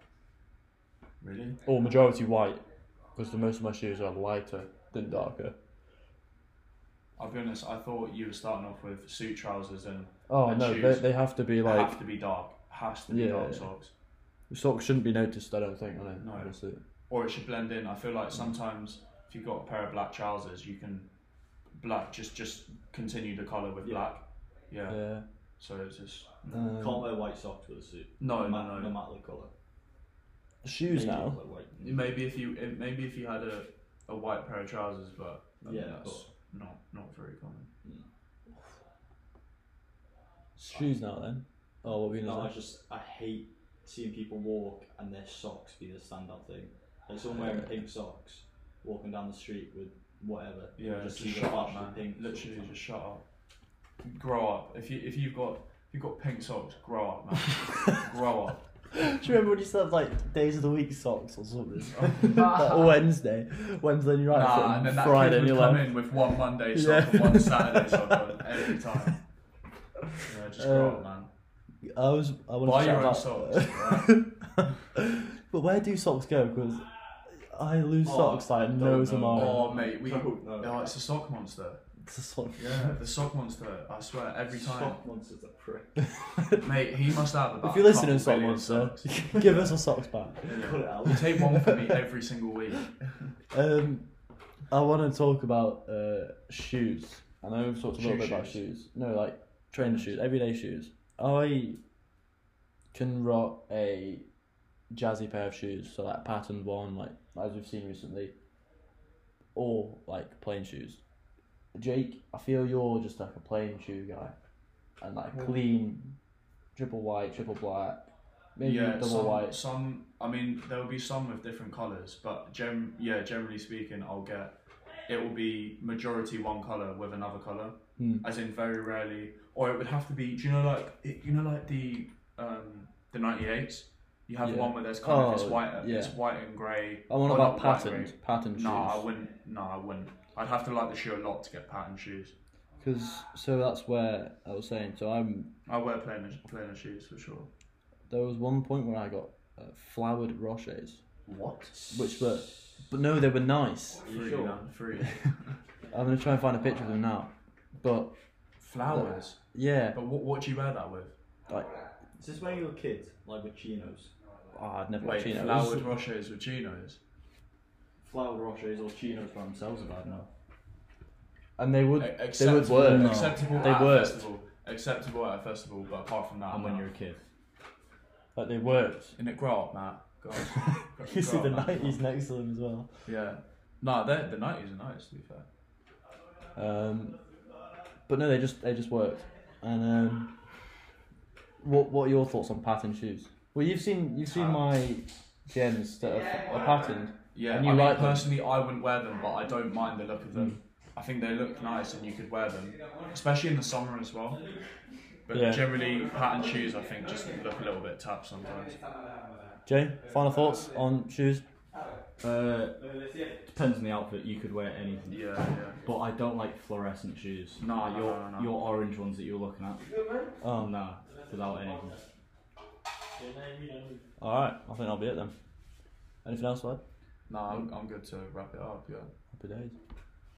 S4: Really?
S1: or majority white, because the most of my shoes are lighter than darker.
S4: I'll be honest. I thought you were starting off with suit trousers and
S1: Oh
S4: And
S1: no, they,
S4: shoes.
S1: they have to be like
S4: have to be dark. Has to be
S1: Yeah,
S4: dark
S1: yeah.
S4: socks.
S1: socks shouldn't be noticed. I don't think on a,
S4: No.
S1: on a suit.
S4: or it should blend in. I feel like sometimes if you've got a pair of black trousers, you can black just just continue the color with
S3: Yeah.
S4: black. Yeah.
S1: Yeah.
S4: So it's just
S1: Um,
S3: can't wear white socks with a suit.
S4: no,
S3: ma-
S4: no, no.
S3: No matter the colour.
S1: shoes
S3: You can't
S1: now.
S3: wear white.
S4: Maybe if you it- maybe if you had a, a white pair of trousers, but I mean,
S3: Yeah,
S4: that's not not very common.
S1: Shoes now then. Oh, what were you
S3: No,
S1: gonna
S3: I
S1: say?
S3: just I hate seeing people walk and their socks be the standout thing. Like someone wearing
S1: Yeah.
S3: pink socks walking down the street with whatever. You
S4: Yeah, just,
S3: just see the
S4: shut up,
S3: flashy
S4: man.
S3: pink
S4: Literally,
S3: socks.
S4: just shut up. Grow up. If you if you've got if you've got pink socks, grow up, man. grow up.
S1: Do you remember when you said like days of the week socks or something? like Wednesday, Wednesday and you're right.
S4: Nah, and then that
S1: Friday and
S4: kid would
S1: you're
S4: come
S1: like,
S4: in with one Monday sock
S1: Yeah.
S4: and one Saturday sock on every time. Yeah, just grow
S1: Uh,
S4: up, man.
S1: I was, I want
S4: Buy
S1: to
S4: your own
S1: out. but where do socks go? Because I lose
S3: Oh,
S1: socks like
S3: I don't
S1: no
S3: know.
S1: tomorrow.
S4: Oh mate, we
S3: No, no.
S4: oh, it's a sock monster.
S1: It's a sock.
S4: Yeah, the sock monster. I swear, every time,
S3: Sock monster's a prick.
S4: mate, he must have about.
S1: If you're
S4: a
S1: listening,
S4: couple
S1: sock
S4: billion
S1: monster,
S4: socks.
S1: give us our socks back.
S3: Cut it out.
S4: You take one for me every single week.
S1: Um, I want to talk about uh, shoes. I know we've talked a little
S4: Shoe
S1: bit about shoes. No, like trainer shoes, everyday shoes. I can rock a jazzy pair of shoes, so like a patterned one, like as we've seen recently, or like plain shoes. Jake, I feel you're just like a plain shoe guy, and like clean, triple white, triple black, maybe
S4: yeah,
S1: double
S4: some,
S1: white.
S4: Some, I mean, there will be some with different colours, but gem, yeah, generally speaking, I'll get it will be majority one colour with another colour,
S1: Hmm.
S4: as in very rarely, or it would have to be. Do you know like it, you know like the um the ninety eight? You have
S1: Yeah.
S4: one where there's kind of it's
S1: Oh,
S4: white,
S1: yeah.
S4: it's white and grey.
S1: I'm on
S4: or
S1: about
S4: not white and
S1: patterned,
S4: grey.
S1: patterned
S4: No,
S1: shoes.
S4: I wouldn't. No, I wouldn't. I'd have to like the shoe a lot to get patterned shoes.
S1: Because so that's where I was saying. So I'm.
S4: I wear plainer plainer shoes for sure.
S1: There was one point where I got uh, flowered rochets,
S4: What?
S1: which were, but no, they were nice.
S3: Are you
S4: Free,
S3: sure?
S4: man, free.
S1: I'm gonna try and find a picture of them now. But
S4: Flowers.
S1: yeah,
S4: But what, what do you wear that with?
S1: like
S3: Is this when you were a kid, like with chinos?
S1: oh, I'd never
S4: Wait,
S1: got chinos.
S4: flowered rochets with chinos.
S3: Flowered rochers or chinos by themselves, if I don't know.
S1: and they would, they
S4: Acceptable,
S1: would work.
S4: Acceptable
S1: They
S4: at a
S1: worked.
S4: festival. Acceptable at a festival, but apart from that,
S3: And when
S4: no.
S3: you're a kid.
S1: Like they worked.
S4: in it, grow up, Matt. Grow up. Grow-
S1: You see the
S4: grow up, Matt.
S1: nineties next to them as well.
S4: Yeah. No, they're- the nineties are nice. To be fair.
S1: Um, but no, they just they just worked. And um, what what are your thoughts on patterned shoes? Well, you've seen you've seen my gems that are, are patterned.
S4: Yeah.
S1: And you
S4: I mean,
S1: like them?
S4: personally, I wouldn't wear them, but I don't mind the look of them. I think they look nice, and you could wear them, especially in the summer as well. But
S1: Yeah.
S4: generally, patterned shoes, I think, just look a little bit tapped sometimes.
S1: Jay, final thoughts on shoes?
S5: Ah.
S3: Uh, depends on the outfit. You could wear anything.
S4: Yeah, yeah.
S3: But I don't like fluorescent shoes.
S4: No,
S3: Like
S4: no,
S3: your
S4: no, no, no.
S3: your orange ones that you were looking at.
S1: Oh,
S3: nah, without anything.
S1: all right. I think that'll be it then. Anything else, lad?
S4: No, I'm, I'm good to wrap it up. Yeah.
S1: Happy days.